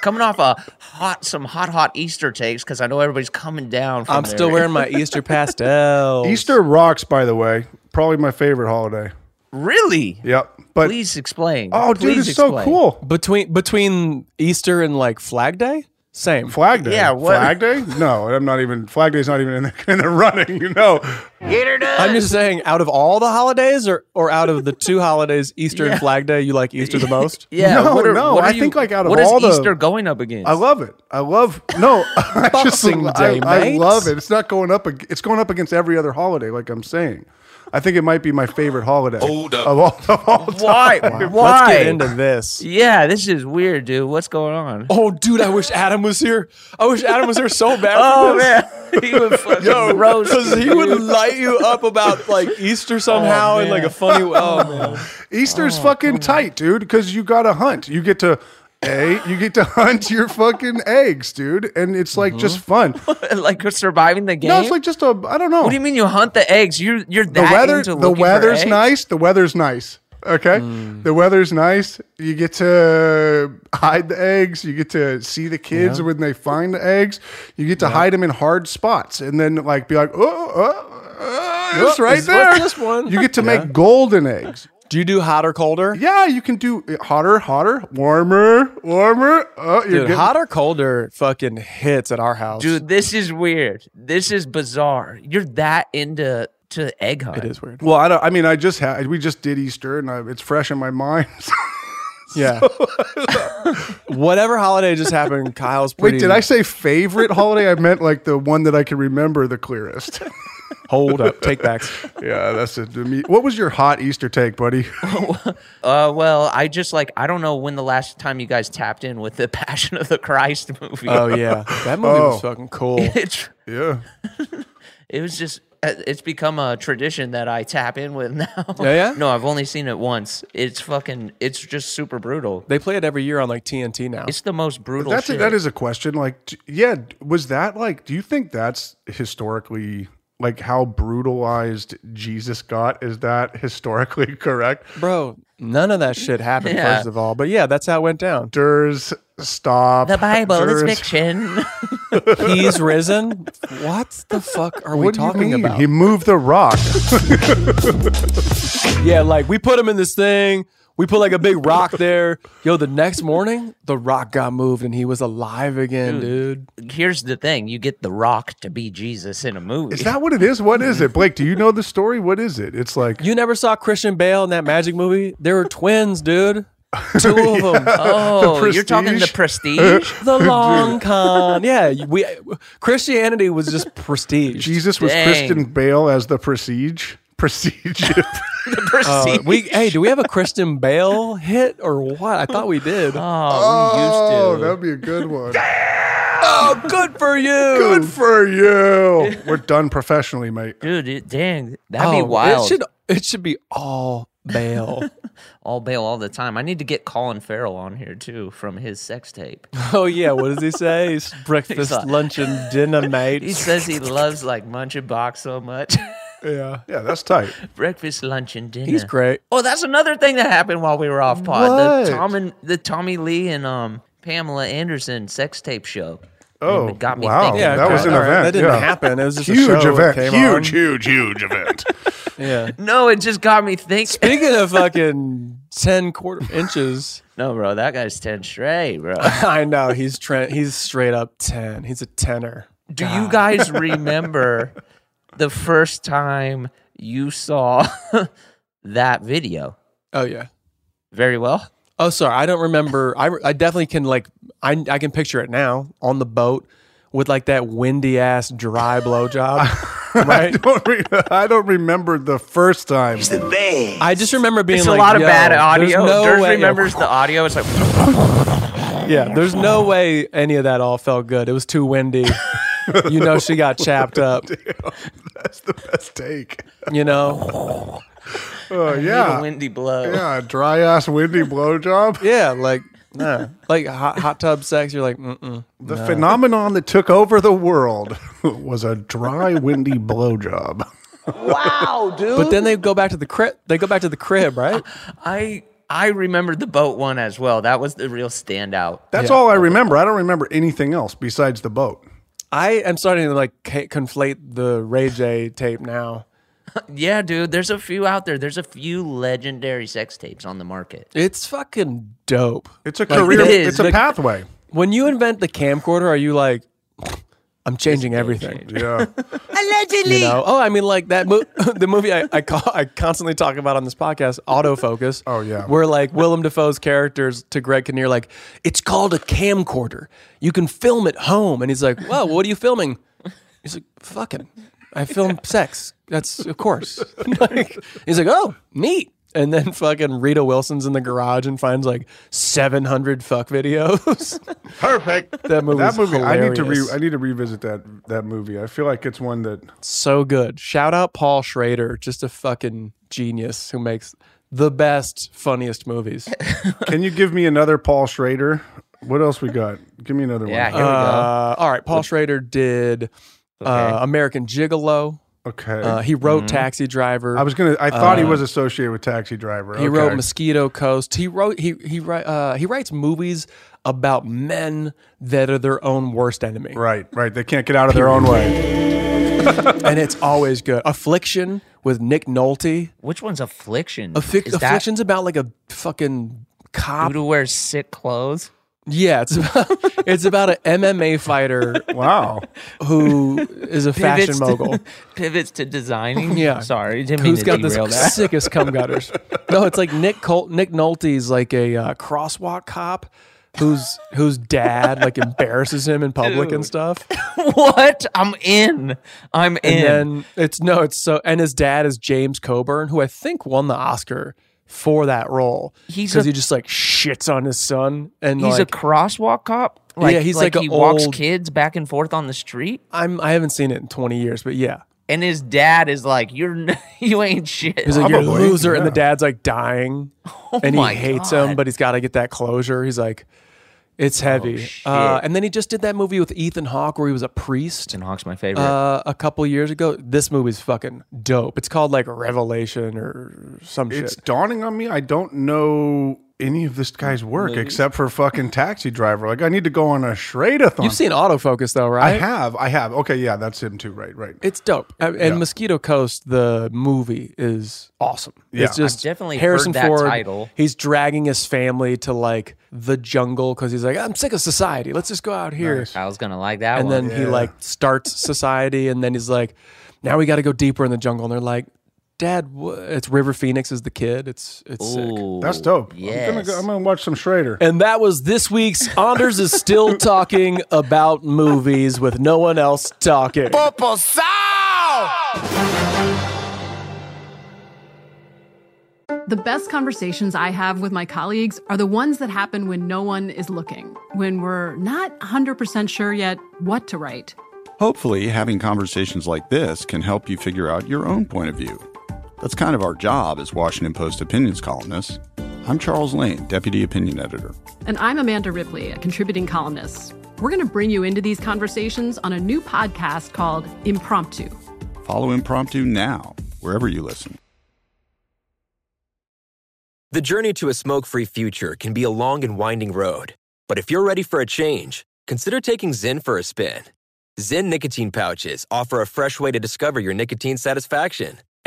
coming off a hot, some hot, hot Easter takes because I know everybody's coming down. From I'm their- still wearing my Easter pastel. Easter rocks, by the way. Probably my favorite holiday. Really? Yep. But Please explain. Oh, dude, Please it's so explain. cool. Between between Easter and like Flag Day, same. Flag Day. Yeah, what- Flag Day? No, I'm not even. Flag Day's not even in the, in the running. You know. Get her done. I'm just saying, out of all the holidays, or or out of the two holidays, Easter and Flag Day, you like Easter the most? Yeah. No, what are- no, what are I you- think, like, out of what is all the- Easter going up against? I love it. I love no. I just- Boxing Day, I, I mate. love it. It's not going up. ag- It's going up against every other holiday. Like I'm saying, I think it might be my favorite holiday Hold up. of all. Of all Why? time. Why? Let's get into this. Yeah, this is weird, dude. What's going on? Oh, dude, I wish Adam was here. I wish Adam was here so bad. Oh, for this. man. He would fucking roast because he you. would light you up about like Easter somehow in like a funny way. Oh, man. Oh, Easter's fucking tight, dude, because you got to hunt. You get to a you get to hunt your fucking eggs, dude, and it's like just fun. like you're surviving the game. No, it's like just a I don't know. Mm-hmm. What do you mean you hunt the eggs? You're you're the that weather into the looking for weather's eggs? Mm. nice the weather's nice okay the weather's nice you get to hide the eggs you get to see the kids Yeah. when they find the eggs you get to hide them in hard spots and then like be like oh, oh, oh it's Oh, right it's- there what's this one? you get to Yeah. make golden eggs Do you do hot or colder? yeah you can do hotter hotter warmer warmer oh you're Dude, getting- hot or colder fucking hits at our house. Dude, this is weird. This is bizarre. You're that into to egg hunt. it is weird. well i don't i mean i just had we just did easter and I, it's fresh in my mind Yeah. Whatever holiday just happened, Kyle's pretty. Wait, did I say favorite holiday? I meant like the one that I can remember the clearest. Hold up, take backs. yeah, that's it. To me- What was your hot Easter take, buddy? Uh, well, I just like I don't know when the last time you guys tapped in with the Passion of the Christ movie. Oh yeah, that movie Oh. was fucking cool. It's- Uh, yeah. it was just uh, it's become a tradition that I tap in with now. Yeah, yeah? No, I've only seen it once. It's fucking. It's just super brutal. They play it every year on like TNT now. It's the most brutal. That's a, shit. that is a question. Like, d- yeah, d- was that like? Do you think that's historically like how brutalized Jesus got? Is that historically correct? Bro, none of that shit happened. Yeah. First of all, but yeah, that's how it went down. Durs, stop. the Bible is Durs. fiction. He's risen. What the fuck are we What do you talking mean? about? He moved the rock. Yeah, like we put him in this thing. We put like a big rock there. Yo, the next morning, the rock got moved and he was alive again, dude. Here's the thing: you get the Rock to be Jesus in a movie. is that what it is? What is it, Blake? Do you know the story? What is it? It's like You never saw Christian Bale in that magic movie? There were twins, dude. Two of them. oh, The you're talking the Prestige. The long con. Yeah, we Christianity was just prestige. Jesus was Dang. Christian Bale as the Prestige. Prestige. the Prestige. Uh, we hey, do we have a Christian Bale hit or what? I thought we did. oh, we used to. that'd be a good one. Oh, good for you. good for you. We're done professionally, mate. Dude, it, dang, that'd Oh, be wild. It should it should be all Bale. all bail all the time. I need to get Colin Farrell on here too from his sex tape. Oh yeah, what does he say? It's breakfast, He's like- lunch, and dinner, mate. He says he loves like Munch and Box so much. yeah, Yeah, that's tight. Breakfast, lunch, and dinner. he's great. Oh, that's another thing that happened while we were off pod. The What? Tom and the Tommy Lee and um Pamela Anderson sex tape show. Oh, It got me wow. thinking Yeah, that about was it. an all right, event. that didn't yeah. happen. It was just a Huge show that event. Huge, came on. huge, huge event. Yeah. No, it just got me thinking. Speaking of fucking ten quarter inches, No, bro, that guy's ten straight, bro. I know he's Trent. He's straight up ten. He's a tenor. Do you guys remember the first time you saw that video. Oh yeah. Very well. Oh, sorry. I don't remember. I, I definitely can like I I can picture it now on the boat with like that windy ass dry blowjob. right. I don't, re- I don't remember the first time. He's the best. I just remember being It's like, a lot of "Yo, bad there's audio. No Dirk way- remembers the audio. It's like Yeah, there's no way any of that all felt good. It was too windy. you know, she got chapped up. That's the best take. You know. Oh yeah. windy blow. Yeah, dry ass windy blowjob. Yeah, like nah. like hot, hot tub sex. You're like, mm The phenomenon that took over the world was a dry, windy blowjob. wow, dude. But then they go back to the crib. They go back to the crib, right? I I remembered the boat one as well. That was the real standout. That's all I remember. I don't remember anything else besides the boat. I am starting to like ca- conflate the Ray J tape now. Yeah, dude. There's a few out there. There's a few legendary sex tapes on the market. It's fucking dope. It's a Like, career. it is. it's a the- pathway. When you invent the camcorder, are you like, I'm changing everything? Yeah. Allegedly. You know? Oh, I mean, like that mo- the movie I I, call, I constantly talk about on this podcast, Autofocus. Oh yeah. where like Willem Dafoe's characters to Greg Kinnear, like it's called a camcorder. You can film at home, and he's like, "Well, what are you filming?" He's like, "Fucking, I film sex. That's of course." like, he's like, "Oh, neat." And then fucking Rita Wilson's in the garage and finds like 700 fuck videos. Perfect. That movie. That movie. I need to re- hilarious. I need to revisit that that movie. I feel like it's one that so good. Shout out Paul Schrader, just a fucking genius who makes the best, funniest movies. Can you give me another Paul Schrader? What else we got? Give me another Yeah, one. here we go. Uh, all right, Paul Schrader did uh, Okay. American Gigolo. Okay. Mm-hmm. Uh, he wrote Taxi Driver. I was gonna. I thought he Uh, was associated with Taxi Driver. He Okay. wrote Mosquito Coast. He wrote he he wri- uh, he writes movies about men that are their own worst enemy, Right, right. They can't get out of their own way. and it's always good. Affliction with Nick Nolte. Which one's Affliction? Affic- Is that Affliction's about like a fucking cop dude who wears sick clothes? Yeah, it's about, it's about an MMA fighter Wow. who is a fashion Pivots to- mogul. pivots to designing. Yeah. Sorry, didn't mean Who's to got derail the that. sickest cum gutters? No, it's like Nick Col- Nick Nolte's like a uh, crosswalk cop whose whose dad like embarrasses him in public and Dude. stuff. what? I'm in. I'm in. And then it's no, it's so and his dad is James Coburn, who I think won the Oscar for that role. He's because a- he just like shits on his son and he's like, a crosswalk cop. Yeah, Like, he's like a he walks old- kids back and forth on the street, I'm I haven't seen it in 20 years, but yeah. and his dad is like, "You're n- you ain't shit." He's like, you're a Probably, loser. And the yeah. dad's like dying. and Oh my he hates him, God. Oh, but he's got to get that closure. He's like, it's heavy. uh, and then he just did that movie with Ethan Hawke where he was a priest and Hawk's my favorite. uh, a couple years ago. This movie's fucking dope. It's called like Revelation or some It's shit. dawning on me. I don't know any of this guy's work except for fucking Taxi Driver. Like I need to go on a Schrader-thon. You've seen Autofocus though, I right? have. I have. Okay. Yeah, that's him too. Right. Right. It's dope. Uh, And Yeah. Mosquito Coast, the movie, is awesome. Yeah. It's just I've definitely Harrison heard that Ford. title. He's dragging his family to like the jungle because he's like, I'm sick of society. Let's just go out here. I was gonna like that and one. then he Yeah. like starts society and then he's like now we got to go deeper in the jungle and they're like dad wha-" it's river phoenix is the kid it's it's sick Ooh, That's dope. I'm gonna, Yes. go, I'm gonna watch some Schrader. and that was this week's anders is still talking about movies with no one else talking The best conversations I have with my colleagues are the ones that happen when no one is looking, when we're not 100% sure yet what to write. Hopefully, having conversations like this can help you figure out your own point of view. That's kind of our job as Washington Post opinions columnists. I'm Charles Lane, Deputy Opinion Editor. And I'm Amanda Ripley, a contributing columnist. We're going to bring you into these conversations on a new podcast called Impromptu. Follow Impromptu now, wherever you listen. The journey to a smoke free future can be a long and winding road, but if you're ready for a change, consider taking Zen for a spin. Zen nicotine pouches offer a fresh way to discover your nicotine satisfaction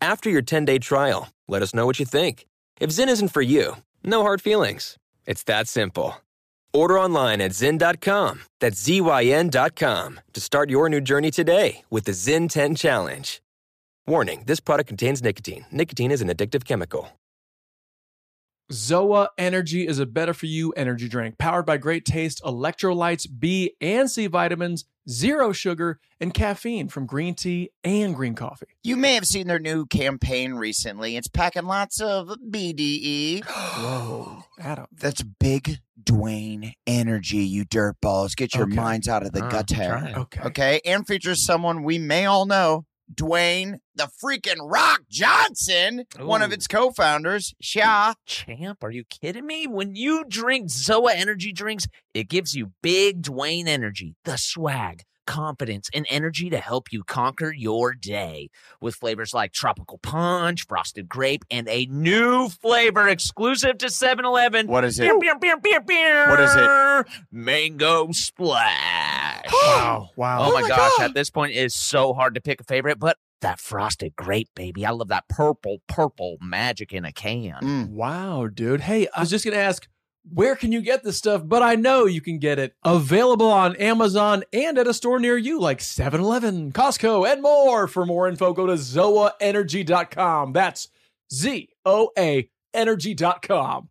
After your 10 day trial, let us know what you think. If Zen isn't for you, no hard feelings. It's that simple. Order online at Zyn.com. That's Z-Y-N.com to start your new journey today with the Zyn 10 Challenge. Warning, this product contains nicotine. Nicotine is an addictive chemical. Zoa Energy is a better for you energy drink powered by great taste, electrolytes, B and C vitamins, zero sugar, and caffeine from green tea and green coffee. You may have seen their new campaign recently. It's packing lots of BDE. Whoa, Adam. That's big Dwayne energy, you dirtballs. Get your Okay. minds out of the Ah, gutter. trying. Okay. Okay. And features someone we may all know. Dwayne, the freaking Rock Johnson, one of Ooh. its co founders, Sha. Champ, are you kidding me? When you drink Zoa energy drinks, it gives you big Dwayne energy, the swag, confidence, and energy to help you conquer your day. With flavors like tropical punch, frosted grape, and a new flavor exclusive to 7 Eleven. What is it? What What is it? Mango splash. wow. Wow. Oh, my, gosh. At this point, it is so hard to pick a favorite, but that frosted grape, baby. I love that purple, purple magic in a can. Wow, dude. Hey, I was just going to ask, where can you get this stuff? But I know you can get it available on Amazon and at a store near you like 7 Eleven, Costco, and more. For more info, go to zoaenergy.com. That's Z O A energy.com.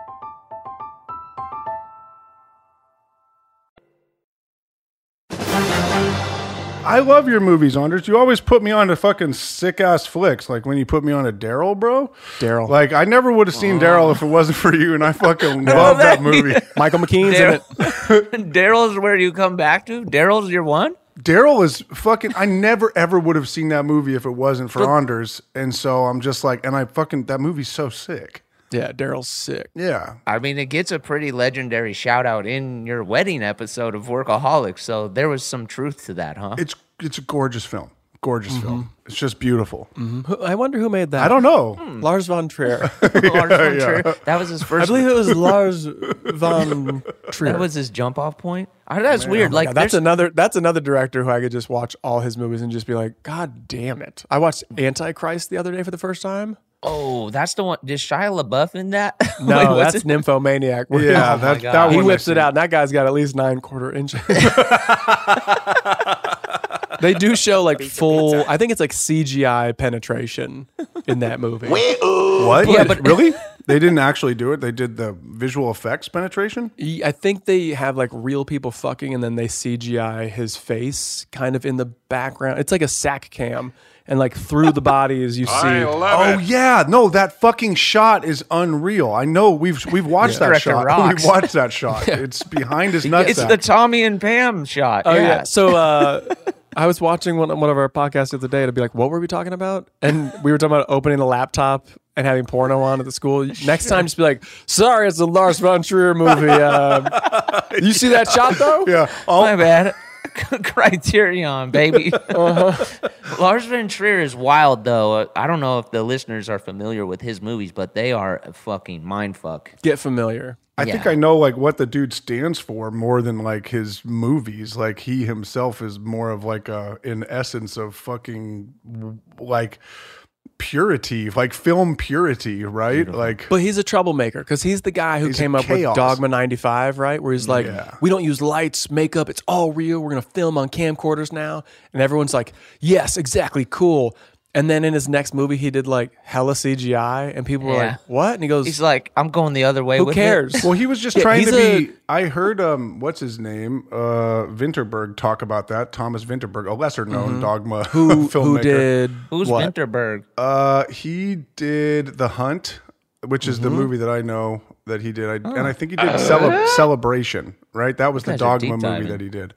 I love your movies, Anders. You always put me on to fucking sick ass flicks. Like when you put me on a Daryl, bro. Daryl. Like I never would have seen Daryl if it wasn't for you, and I fucking love that movie. Michael McKean's in it. Daryl's where you come back to. Daryl's your one. Daryl is fucking. I never ever would have seen that movie if it wasn't for Anders, and so I'm just like, and I fucking that movie's so sick. Yeah, Daryl's sick. Yeah. I mean, it gets a pretty legendary shout out in your wedding episode of Workaholics. So there was some truth to that, huh? It's it's a gorgeous film. Gorgeous film. It's just beautiful. Who- I wonder who made that. I don't know. Lars von Trier. Lars von Trier. yeah. That was his first. I believe it was Lars von Trier. That was his jump off point. I, Ah, that's weird. Oh my Like God, that's there's- another that's another director who I could just watch all his movies and just be like, God damn it! I watched Antichrist the other day for the first time. Oh, that's the one. Did Shia LaBeouf in that? No, Wait, what's that's it? Nymphomaniac. Yeah, Oh my that- God. that he one I whips it out, and that guy's got at least nine quarter inches. they do show like full. I think it's like CGI penetration in that movie. What? Yeah, but- really? They didn't actually do it. They did the visual effects penetration. Y- I think they have like real people fucking and then they CGI his face kind of in the background. It's like a sack cam and like through the body as you see. oh yeah, no, that fucking shot is unreal. I know we've we've watched Yeah. that Director shot. rocks. We've watched that shot. It's behind his nuts. It's the Tommy and Pam shot. Oh yeah. So uh, I was watching one one of our podcasts the other day to be like, what were we talking about? And we were talking about opening a laptop and having porno on at the school. Next time, just be like, sorry, it's a Lars von Trier movie. Uh, you see that shot though? Yeah. Oh my bad. Criterion, baby. Uh-huh. Lars von Trier is wild, though. Uh, I don't know if the listeners are familiar with his movies, but they are a fucking mindfuck. Get familiar. I think I know like what the dude stands for more than like his movies. Like he himself is more of like a an essence of fucking like purity, like film purity, right? Like But he's a troublemaker because he's the guy who He's a came up chaos. with Dogma 95, right? Where he's like, we don't use lights, makeup, it's all real. We're going to film on camcorders now. And everyone's like, yes, exactly, cool. And then in his next movie, he did like hella CGI, and people were Yeah. like, what? And he goes, He's like, I'm going the other way. Who with cares? It. Well, he was just Yeah, trying he's to a- be. I heard um, what's his name, uh, Vinterberg, talk about that. Thomas Vinterberg, a lesser known Mhm. dogma Who- who filmmaker. did Who's Winterberg? Uh, he did The Hunt. which is the Mhm. movie that I know that he did. I, Oh. And I think he did Cele- Celebration, right? That was You the guys are Dogma deep movie diving. that he did.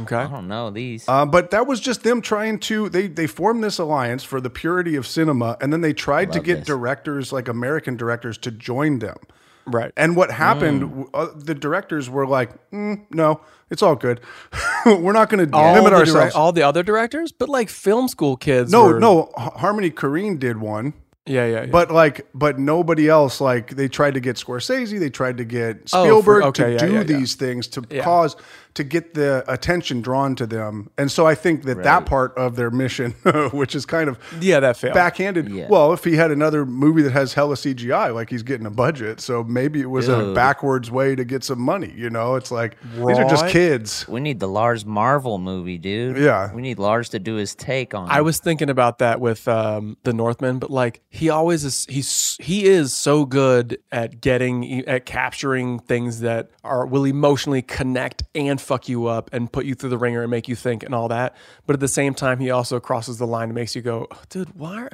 Okay. I don't know these. Uh, but that was just them trying to they they formed this alliance for the purity of cinema, and then they tried to Love get this. directors like American directors to join them. Right. And what happened? Mm. w- Uh, the directors were like, "Mm, "No, it's all good. we're not going to All, limit the ourselves." direct, all the other directors, but like film school kids. no, were- no. H- Harmony Korine did one. Yeah, yeah, yeah. But like, but nobody else. Like, they tried to get Scorsese. They tried to get Oh, for- Spielberg okay, to yeah, do yeah, yeah. these things to Yeah. cause to get the attention drawn to them. And so I think that that part of their mission, which is kind of Yeah, that failed. backhanded. Well, if he had another movie that has hella CGI, like he's getting a budget, so maybe it was a Dude. backwards way to get some money. You know, it's like these are just Right. kids. We need the Lars Marvel movie, dude. Yeah. We need Lars to do his take on I was thinking about that with um, the Northman, but like he always is, he's he is so good at getting e, at capturing things that are will emotionally connect and fuck you up and put you through the ringer and make you think and all that. But at the same time, he also crosses the line and makes you go, "Oh, dude, why? Are,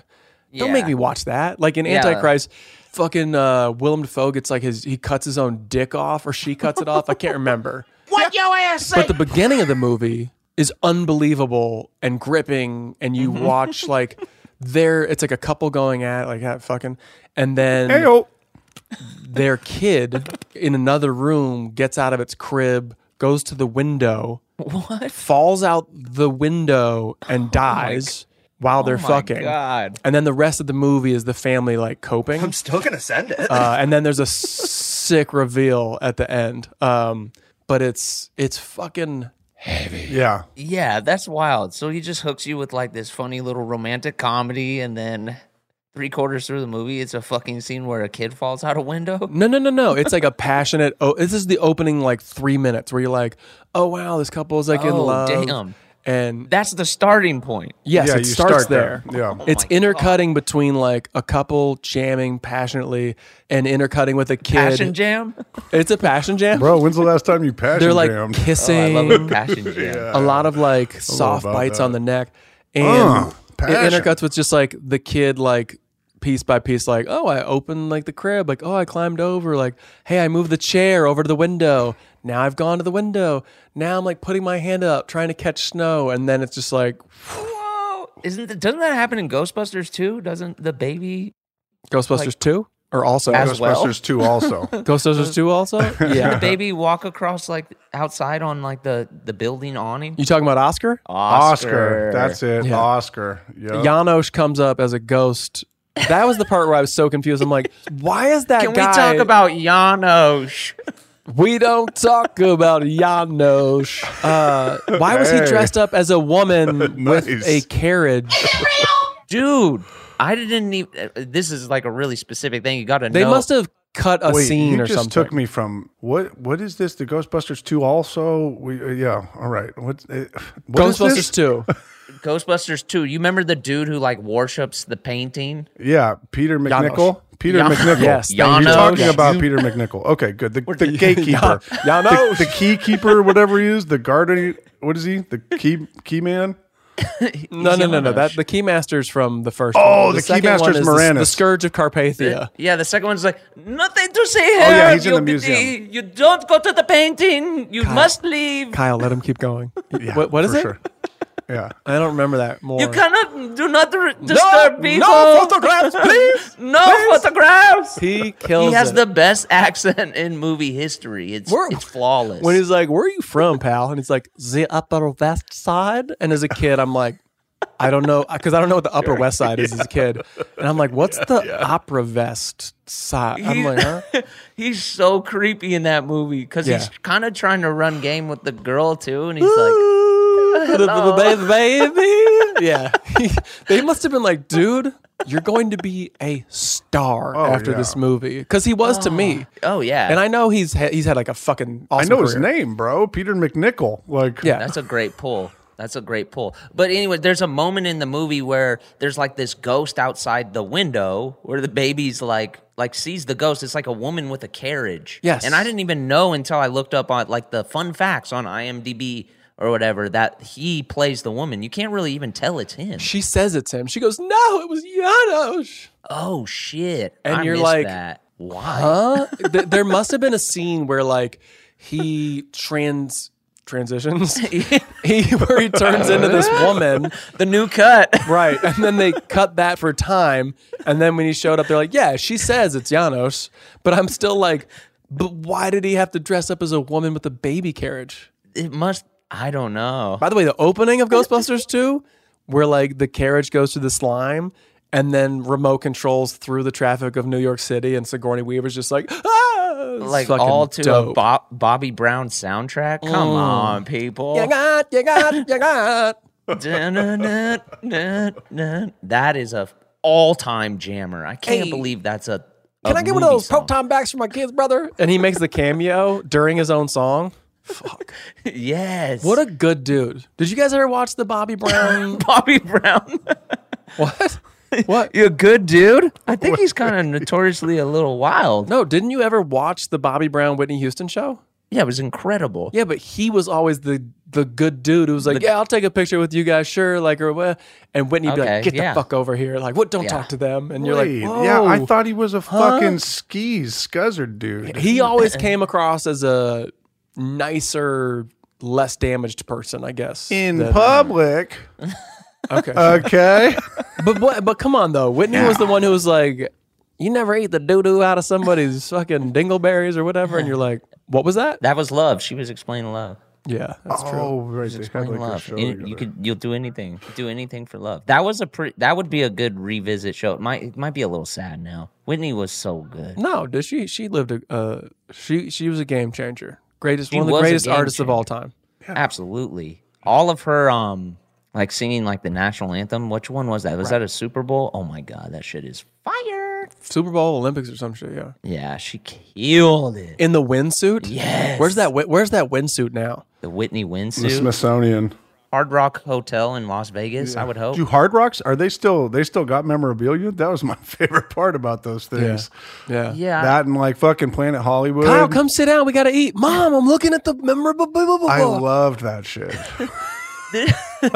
Don't make Yeah. me watch that. Like in Yeah. Antichrist, fucking uh, Willem Dafoe gets like his he cuts his own dick off or she cuts it off. I can't remember. What your ass But the beginning of the movie is unbelievable and gripping, and you Mm-hmm. watch like their it's like a couple going at it, like that fucking, and then oh. Heyo. their kid in another room gets out of its crib, goes to the window, what falls out the window and dies. While they're Oh my fucking, God. and then the rest of the movie is the family like coping. I'm still gonna send it. Uh, and then there's a sick reveal at the end. Um, but it's it's fucking heavy. Yeah. Yeah, that's wild. So he just hooks you with like this funny little romantic comedy, and then three quarters through the movie, it's a fucking scene where a kid falls out a window. No, no, no, no. It's like a passionate. Oh, this is the opening like three minutes where you're like, oh wow, this couple is like in Oh, love. damn. And that's the starting point. Yes, Yeah, it you starts start there. there. Yeah. Oh it's my intercutting between like a couple jamming passionately and intercutting with a kid. Passion jam? It's a passion jam. Bro, when's the last time you passion They're like jammed? kissing. Oh, I love a passion jam. Yeah. A lot of like Uh, know soft about bites that. on the neck, and Uh, it passion. intercuts with just like the kid like piece by piece like oh i opened like the crib like oh i climbed over like hey i moved the chair over to the window now i've gone to the window now i'm like putting my hand up trying to catch snow and then it's just like Isn't that, doesn't that happen in Ghostbusters too? Doesn't the baby? ghostbusters Like- 2 or also As well? Ghostbusters 2 also. ghostbusters 2 also Did the yeah baby walk across like outside on like the the building awning? you talking about oscar Oscar. Oscar. That's it. Yeah. Oscar. Yeah. Janosch comes up as a ghost. That was the part where I was so confused. I'm like, why is that Can we guy? talk about Janosch? We don't talk about Janosch. Uh, why was he Hey. dressed up as a woman with Nice. a carriage? Dude, I didn't even. uh, This is like a really specific thing. You got to know. They must have cut a Wait, scene you or just something. took me from what? What is this? The Ghostbusters two also? We uh, yeah. All right. What? Uh, what is Ghostbusters this? two. Ghostbusters 2. You remember the dude who like worships the painting? Yeah, Peter Janosch. McNichol. Peter Jan- McNichol. Yes, You're thank you. talking Janosch. about You- Peter McNichol. Okay, good. The, the gatekeeper, Jan- the, the keykeeper, whatever he is, the guardian. What is he? The key key man. No, no, no, no. That the Keymaster's from the first. Oh, one. the second one Keymaster's is the- The, Moranis. Scourge of Carpathia. Yeah, the second one's like, nothing to see here. Oh, yeah, he's in you, the museum. You don't go to the painting. You must leave. Kyle, let him keep going. what, what is for it? sure. Yeah, I don't remember that more. You cannot, do not r- No, disturb no people. photographs, please. no photographs. He kills He has it. the best accent in movie history. It's, it's flawless. when he's like, "Where are you from, pal?" and he's like, "The Upper West Side." And as a kid, I'm like, "I don't know," because I don't know what the Upper West Side is as a kid. And I'm like, "What's the Opera Vest side?" I'm He- like, "Huh?" he's so creepy in that movie because he's Yeah. kind of trying to run game with the girl too, and he's like, Little ba- baby, yeah. they must have been like, "Dude, you're going to be a star Oh, after yeah. this movie," because he was to me. "Oh yeah," And I know he's ha- he's had like a fucking. Awesome I know his career. name, bro. Peter McNichol. Like yeah, That's a great pull. That's a great pull. But anyway, there's a moment in the movie where there's like this ghost outside the window where the baby's like like sees the ghost. It's like a woman with a carriage. Yes. And I didn't even know until I looked up on like the fun facts on IMDb or whatever that he plays the woman, you can't really even tell it's him. She says it's him. She goes, "No, it was Janos." Oh shit! And I you're missed like, that. why? Huh? Th- there must have been a scene where like he trans transitions. he where he turns into this woman. The new cut. Right. And then they cut that for time. And then when he showed up, they're like, Yeah, she says it's Janos. But I'm still like, but why did he have to dress up as a woman with a baby carriage? It must I don't know. By the way, the opening of Ghostbusters 2, where like the carriage goes through the slime and then remote controls through the traffic of New York City and Sigourney Weaver's just like, ah, It's Like fucking all to a dope. Bob, Bobby Brown soundtrack. Come Mm. on, people. You got, you got, you got. Dun-dun-dun-dun-dun. that is a all-time jammer. I can't Hey, believe that's a. a Can I get one of movie those proton bags for my kids, brother? And he makes the cameo during his own song. song. yes. What a good dude. Did you guys ever watch the Bobby Brown? Bobby Brown. what? What? You're a good dude? I think he's kind of notoriously a little wild. No, didn't you ever watch the Bobby Brown Whitney Houston show? Yeah, it was incredible. Yeah, but he was always the the good dude who was like, The- "Yeah, I'll take a picture with you guys, sure." Like or what? And Whitney'd be Okay, like, "Get yeah. the fuck over here!" Like, what? Don't Yeah. talk to them. And Wait, you're like, yeah, I "Whoa." thought he was a Huh? fucking skis scuzzard dude. He always came across as a nicer, less damaged person, I guess. in than- public. Uh, Okay. Okay. but what, but come on though, Whitney was the one who was like, "You never eat the doo doo out of somebody's fucking dingleberries or whatever," and you're like, "What was that?" That was love. She was explaining love. Yeah, that's true. oh, right. They had Explain like a love. show Any- together. you could you'll do anything. Do anything for love. That was a pretty that would be a good revisit show. It might it might be a little sad now. Whitney was so good. No, did she? She lived a. Uh, she she was a game changer. Greatest She one of the was a greatest game artists of changer. all time. Absolutely. All of her um like singing like the national anthem. Which one was that? Was Right. that a Super Bowl? Oh my god, that shit is fire. Super Bowl, Olympics, or some shit. Yeah. Yeah, she killed it. In the windsuit. Yes. Where's that? wi- Where's that windsuit now? The Whitney the windsuit. Smithsonian. Hard Rock Hotel in Las Vegas, I would hope. Do Hard Rocks? Are they still? They still got memorabilia. That was my favorite part about those things. Yeah. Yeah. That and like fucking Planet Hollywood. Kyle, come sit down. We gotta eat. Mom, I'm looking at the memorable. I loved that shit. Look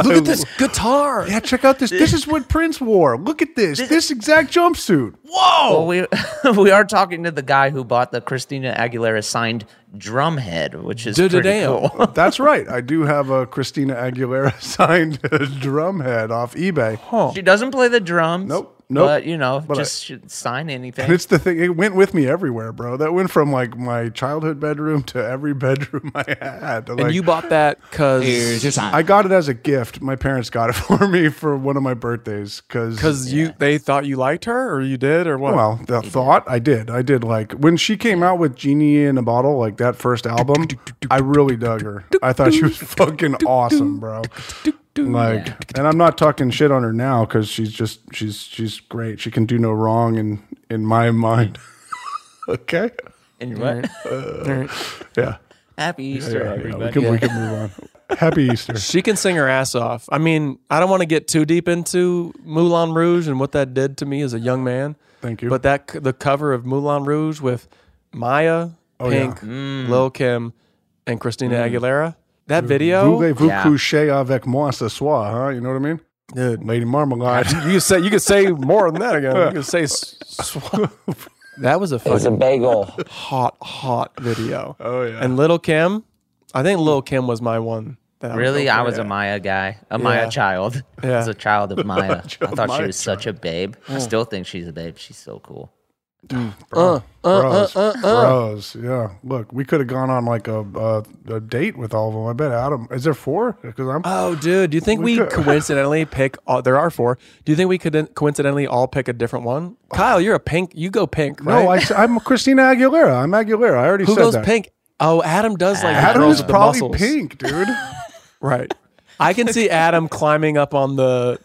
at this guitar. Yeah, check out this. This is what Prince wore. Look at this. This exact jumpsuit. Well, we Oh. we are talking to the guy who bought the Christina Aguilera signed drumhead, which is pretty Da-da-dam. cool. That's right. I do have a Christina Aguilera signed drumhead off eBay. She doesn't play the drums. Nope, nope. But you know, But I- just should sign anything. And it's the thing. It went with me everywhere, bro. That went from like my childhood bedroom to every bedroom I had. And Like, you bought that because I got it as a gift. My parents got it for me for one of my birthdays because because you they thought you liked her or you did or what? Well, the thought I did. I did like when she came out with Genie in a Bottle, like that first album. I really dug her. I thought she was fucking awesome, bro. Like, and I'm not talking shit on her now because she's just she's she's great. She can do no wrong in in my mind. okay. and what? Yeah. Happy Yeah, Easter, yeah, yeah. everybody. We can we can move on. Happy Easter. She can sing her ass off. I mean, I don't want to get too deep into Moulin Rouge and what that did to me as a young man. Thank you. But that c- the cover of Moulin Rouge with Maya, Oh, yeah. Mm. Pink, Lil Kim, and Christina Aguilera. That video, Voulez-vous Yeah. coucher avec moi ce soir? Huh? You know what I mean? dude. Lady Marmalade. You could say you could say more than that again. You could say s- sw- that was a fucking bagel. hot, hot video. Oh yeah. And Little Kim, I think Little Kim was my one. That I would Really, go I for. was a Maya guy, a Maya Yeah. child. I Yeah. was a child of Maya. I thought she Maya was such a babe. I still think she's a babe. She's so cool. Uh, uh, Bros. uh, uh, uh. Bros. Yeah. Look, we could have gone on like a, a a date with all of them. I bet Adam. Is there four? Because I'm. Oh, dude, do you think We we, could- coincidentally pick? All, there are four. Do you think we could coincidentally all pick a different one? Kyle, you're a pink. You go pink, right? no, I, am Christina Aguilera. I'm Aguilera. I already Who said goes that. pink? Oh, Adam does like the Adam girls is with the probably muscles. pink, dude. right? I can see Adam climbing up on the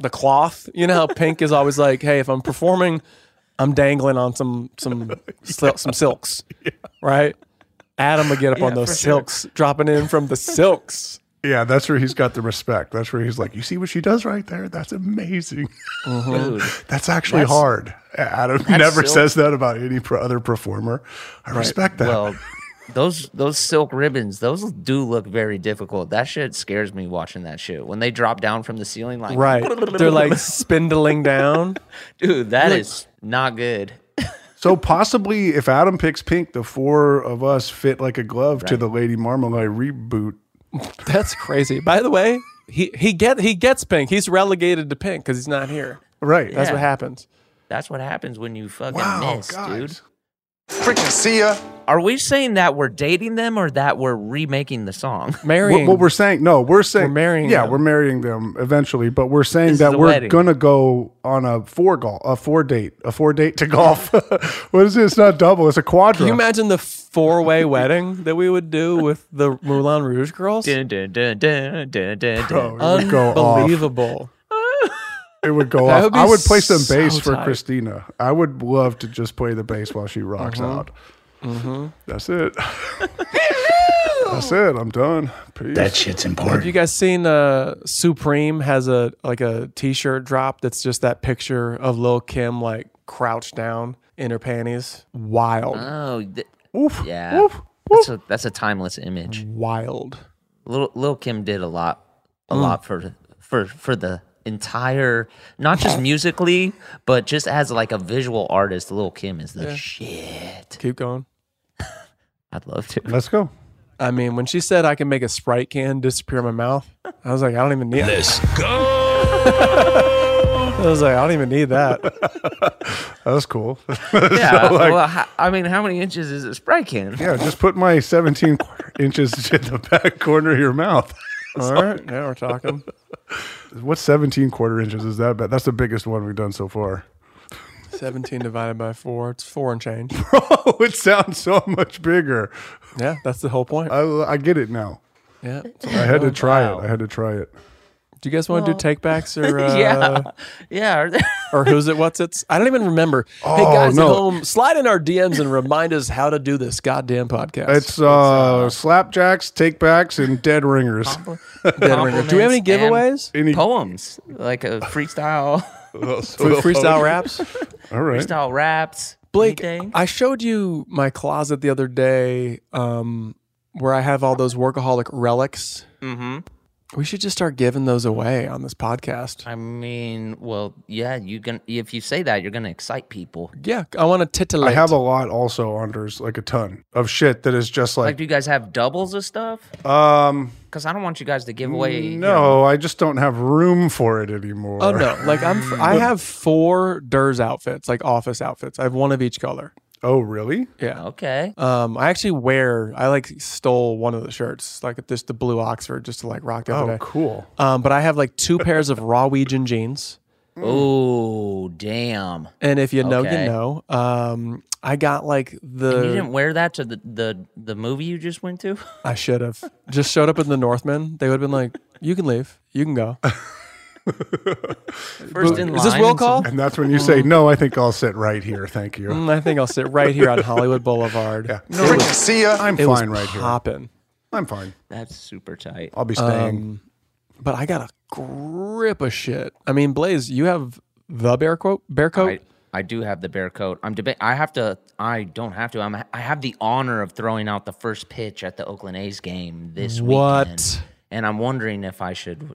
the cloth. You know how pink is always like, hey, if I'm performing, I'm dangling on some some sil- some silks, right? Adam would get up on those silks, dropping in from the silks. yeah, that's where he's got the respect. That's where he's like, you see what she does right there? That's amazing. Uh-huh. Dude, That's actually That's- hard. Adam never silk. says that about any pro- other performer. I respect that. well, those those silk ribbons, those do look very difficult. That shit scares me watching that shit. When they drop down from the ceiling, like Right. They're like spindling down. dude, that Look. is not good. So possibly, if Adam picks pink, the four of us fit like a glove to Right. the Lady Marmalade reboot. That's crazy. By the way, he he get he gets pink. He's relegated to pink because he's not here. Right. That's what Yeah. happens. That's what happens when you fucking Wow, miss, guys. dude. Freaking see ya. Are we saying that we're dating them or that we're remaking the song? What, what we're saying? No, we're saying We're marrying Yeah, them. we're marrying them eventually, but we're saying This is that a we're wedding. gonna go on a four golf, a four date, a four date to golf. what is it? It's not double. It's a Can quadra. you imagine the four way wedding that we would do with the Moulin Rouge girls? Dun, dun, dun, dun, dun, dun, Bro, dun. it would Oh, go off. Unbelievable. It would go That off. would be I would play some so bass for tight. Christina. I would love to just play the bass while she rocks Mhm. out. Mm-hmm. That's it. That's it. I'm done. Peace. That shit's Have you guys seen uh, Supreme has a like a T-shirt drop that's just that picture of Lil Kim like crouched down in her panties? Wild, Oh, th- Oof, yeah. oof, That's a that's a timeless image. wild. Lil, Lil Kim did a lot, a lot for for for the entire, not just musically, but just as like a visual artist. Lil Kim is the Yeah. shit. Keep going. I'd love to. Let's go. I mean, when she said I can make a Sprite can disappear in my mouth, I was like, I don't even need Let's I was like, I don't even need that. That was cool. Yeah. So, like, well, ho- I mean, how many inches is a spray can? yeah, just put my 17 quarter inches in the back corner of your mouth. All right, now we're talking. What's 17 quarter inches? Is that bad? That's the biggest one we've done so far. Seventeen divided by four, it's four and change. Bro, it sounds so much bigger. Yeah, that's the whole point. I, I get it now. Yeah, I had Oh, to try it. I had to try it. Do you guys want to Well- do takebacks or uh, yeah. Yeah. are there- or who's it? What's it's? I don't even remember. hey Oh, guys at no. home, slide in our DMs and remind us how to do this goddamn podcast. It's uh, slapjacks, takebacks, and dead ringers. Dead ringer. Do we have any giveaways? Any poems like a freestyle? Free- freestyle raps. All right. Freestyle raps. Blake, anything? I showed you my closet the other day, um, where I have all those workaholic relics. Mm-hmm. We should just start giving those away on this podcast. I mean, well, yeah. You can if you say that, you're gonna excite people. Yeah, I want to titillate. I have a lot also, Anders, like a ton of shit that is just Like, like, do you guys have doubles of stuff? um, Because I don't want you guys to give away. you know- no, I just don't have room for it anymore. Oh no! Like I'm, f- I have four Durs outfits, like office outfits. I have one of each color. Oh, really? Yeah. Okay. Um, I actually wear. I like stole one of the shirts, like just the blue Oxford, just to like rock the other Oh, day. cool. Um, but I have like two pairs of Rawegian jeans, Oh damn! and if you know, Okay. you know. Um, I got like the. And you didn't wear that to the the the movie you just went to. I should have just showed up in the Northmen. They would have been like, "You can leave. You can go." First in line. is this will and some- call? And that's when you say, no, I think I'll sit right here. Thank you. Mm, I think I'll sit right here on Hollywood Boulevard. Yeah. It No, was- see ya. I'm it was fine right here. popping. I'm fine. That's super tight. I'll be staying. Um, but I got a grip of shit. I mean, Blaze, you have the bear coat. Bear coat. I, I do have the bear coat. I'm debate. I have to. I don't have to. I'm. I have the honor of throwing out the first pitch at the Oakland A's game this What? weekend. And I'm wondering if I should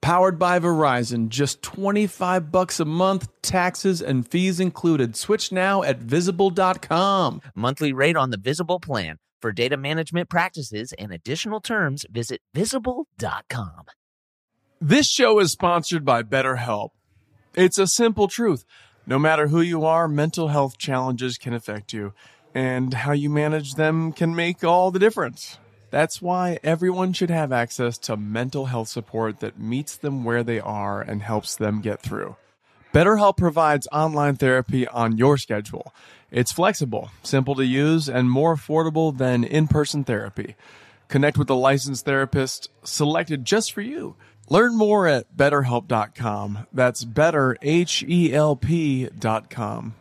powered by Verizon. Just 25 bucks a month, taxes and fees included. Switch now at visible.com. Monthly rate on the visible plan. For data management practices and additional terms, visit visible.com. This show is sponsored by BetterHelp. It's a simple truth. No matter who you are, mental health challenges can affect you, and how you manage them can make all the difference. That's why everyone should have access to mental health support that meets them where they are and helps them get through. BetterHelp provides online therapy on your schedule. It's flexible, simple to use, and more affordable than in person therapy. Connect with a licensed therapist selected just for you. Learn more at betterhelp.com. That's better, H E L P.com.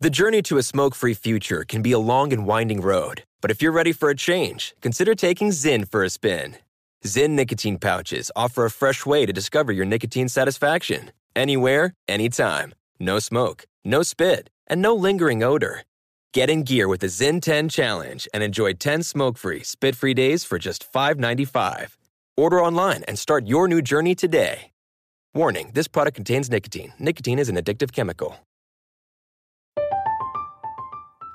The journey to a smoke free future can be a long and winding road, but if you're ready for a change, consider taking Zyn for a spin. Zyn nicotine pouches offer a fresh way to discover your nicotine satisfaction anywhere, anytime. No smoke, no spit, and no lingering odor. Get in gear with the Zyn 10 Challenge and enjoy 10 smoke free, spit free days for just $5.95. Order online and start your new journey today. Warning this product contains nicotine. Nicotine is an addictive chemical.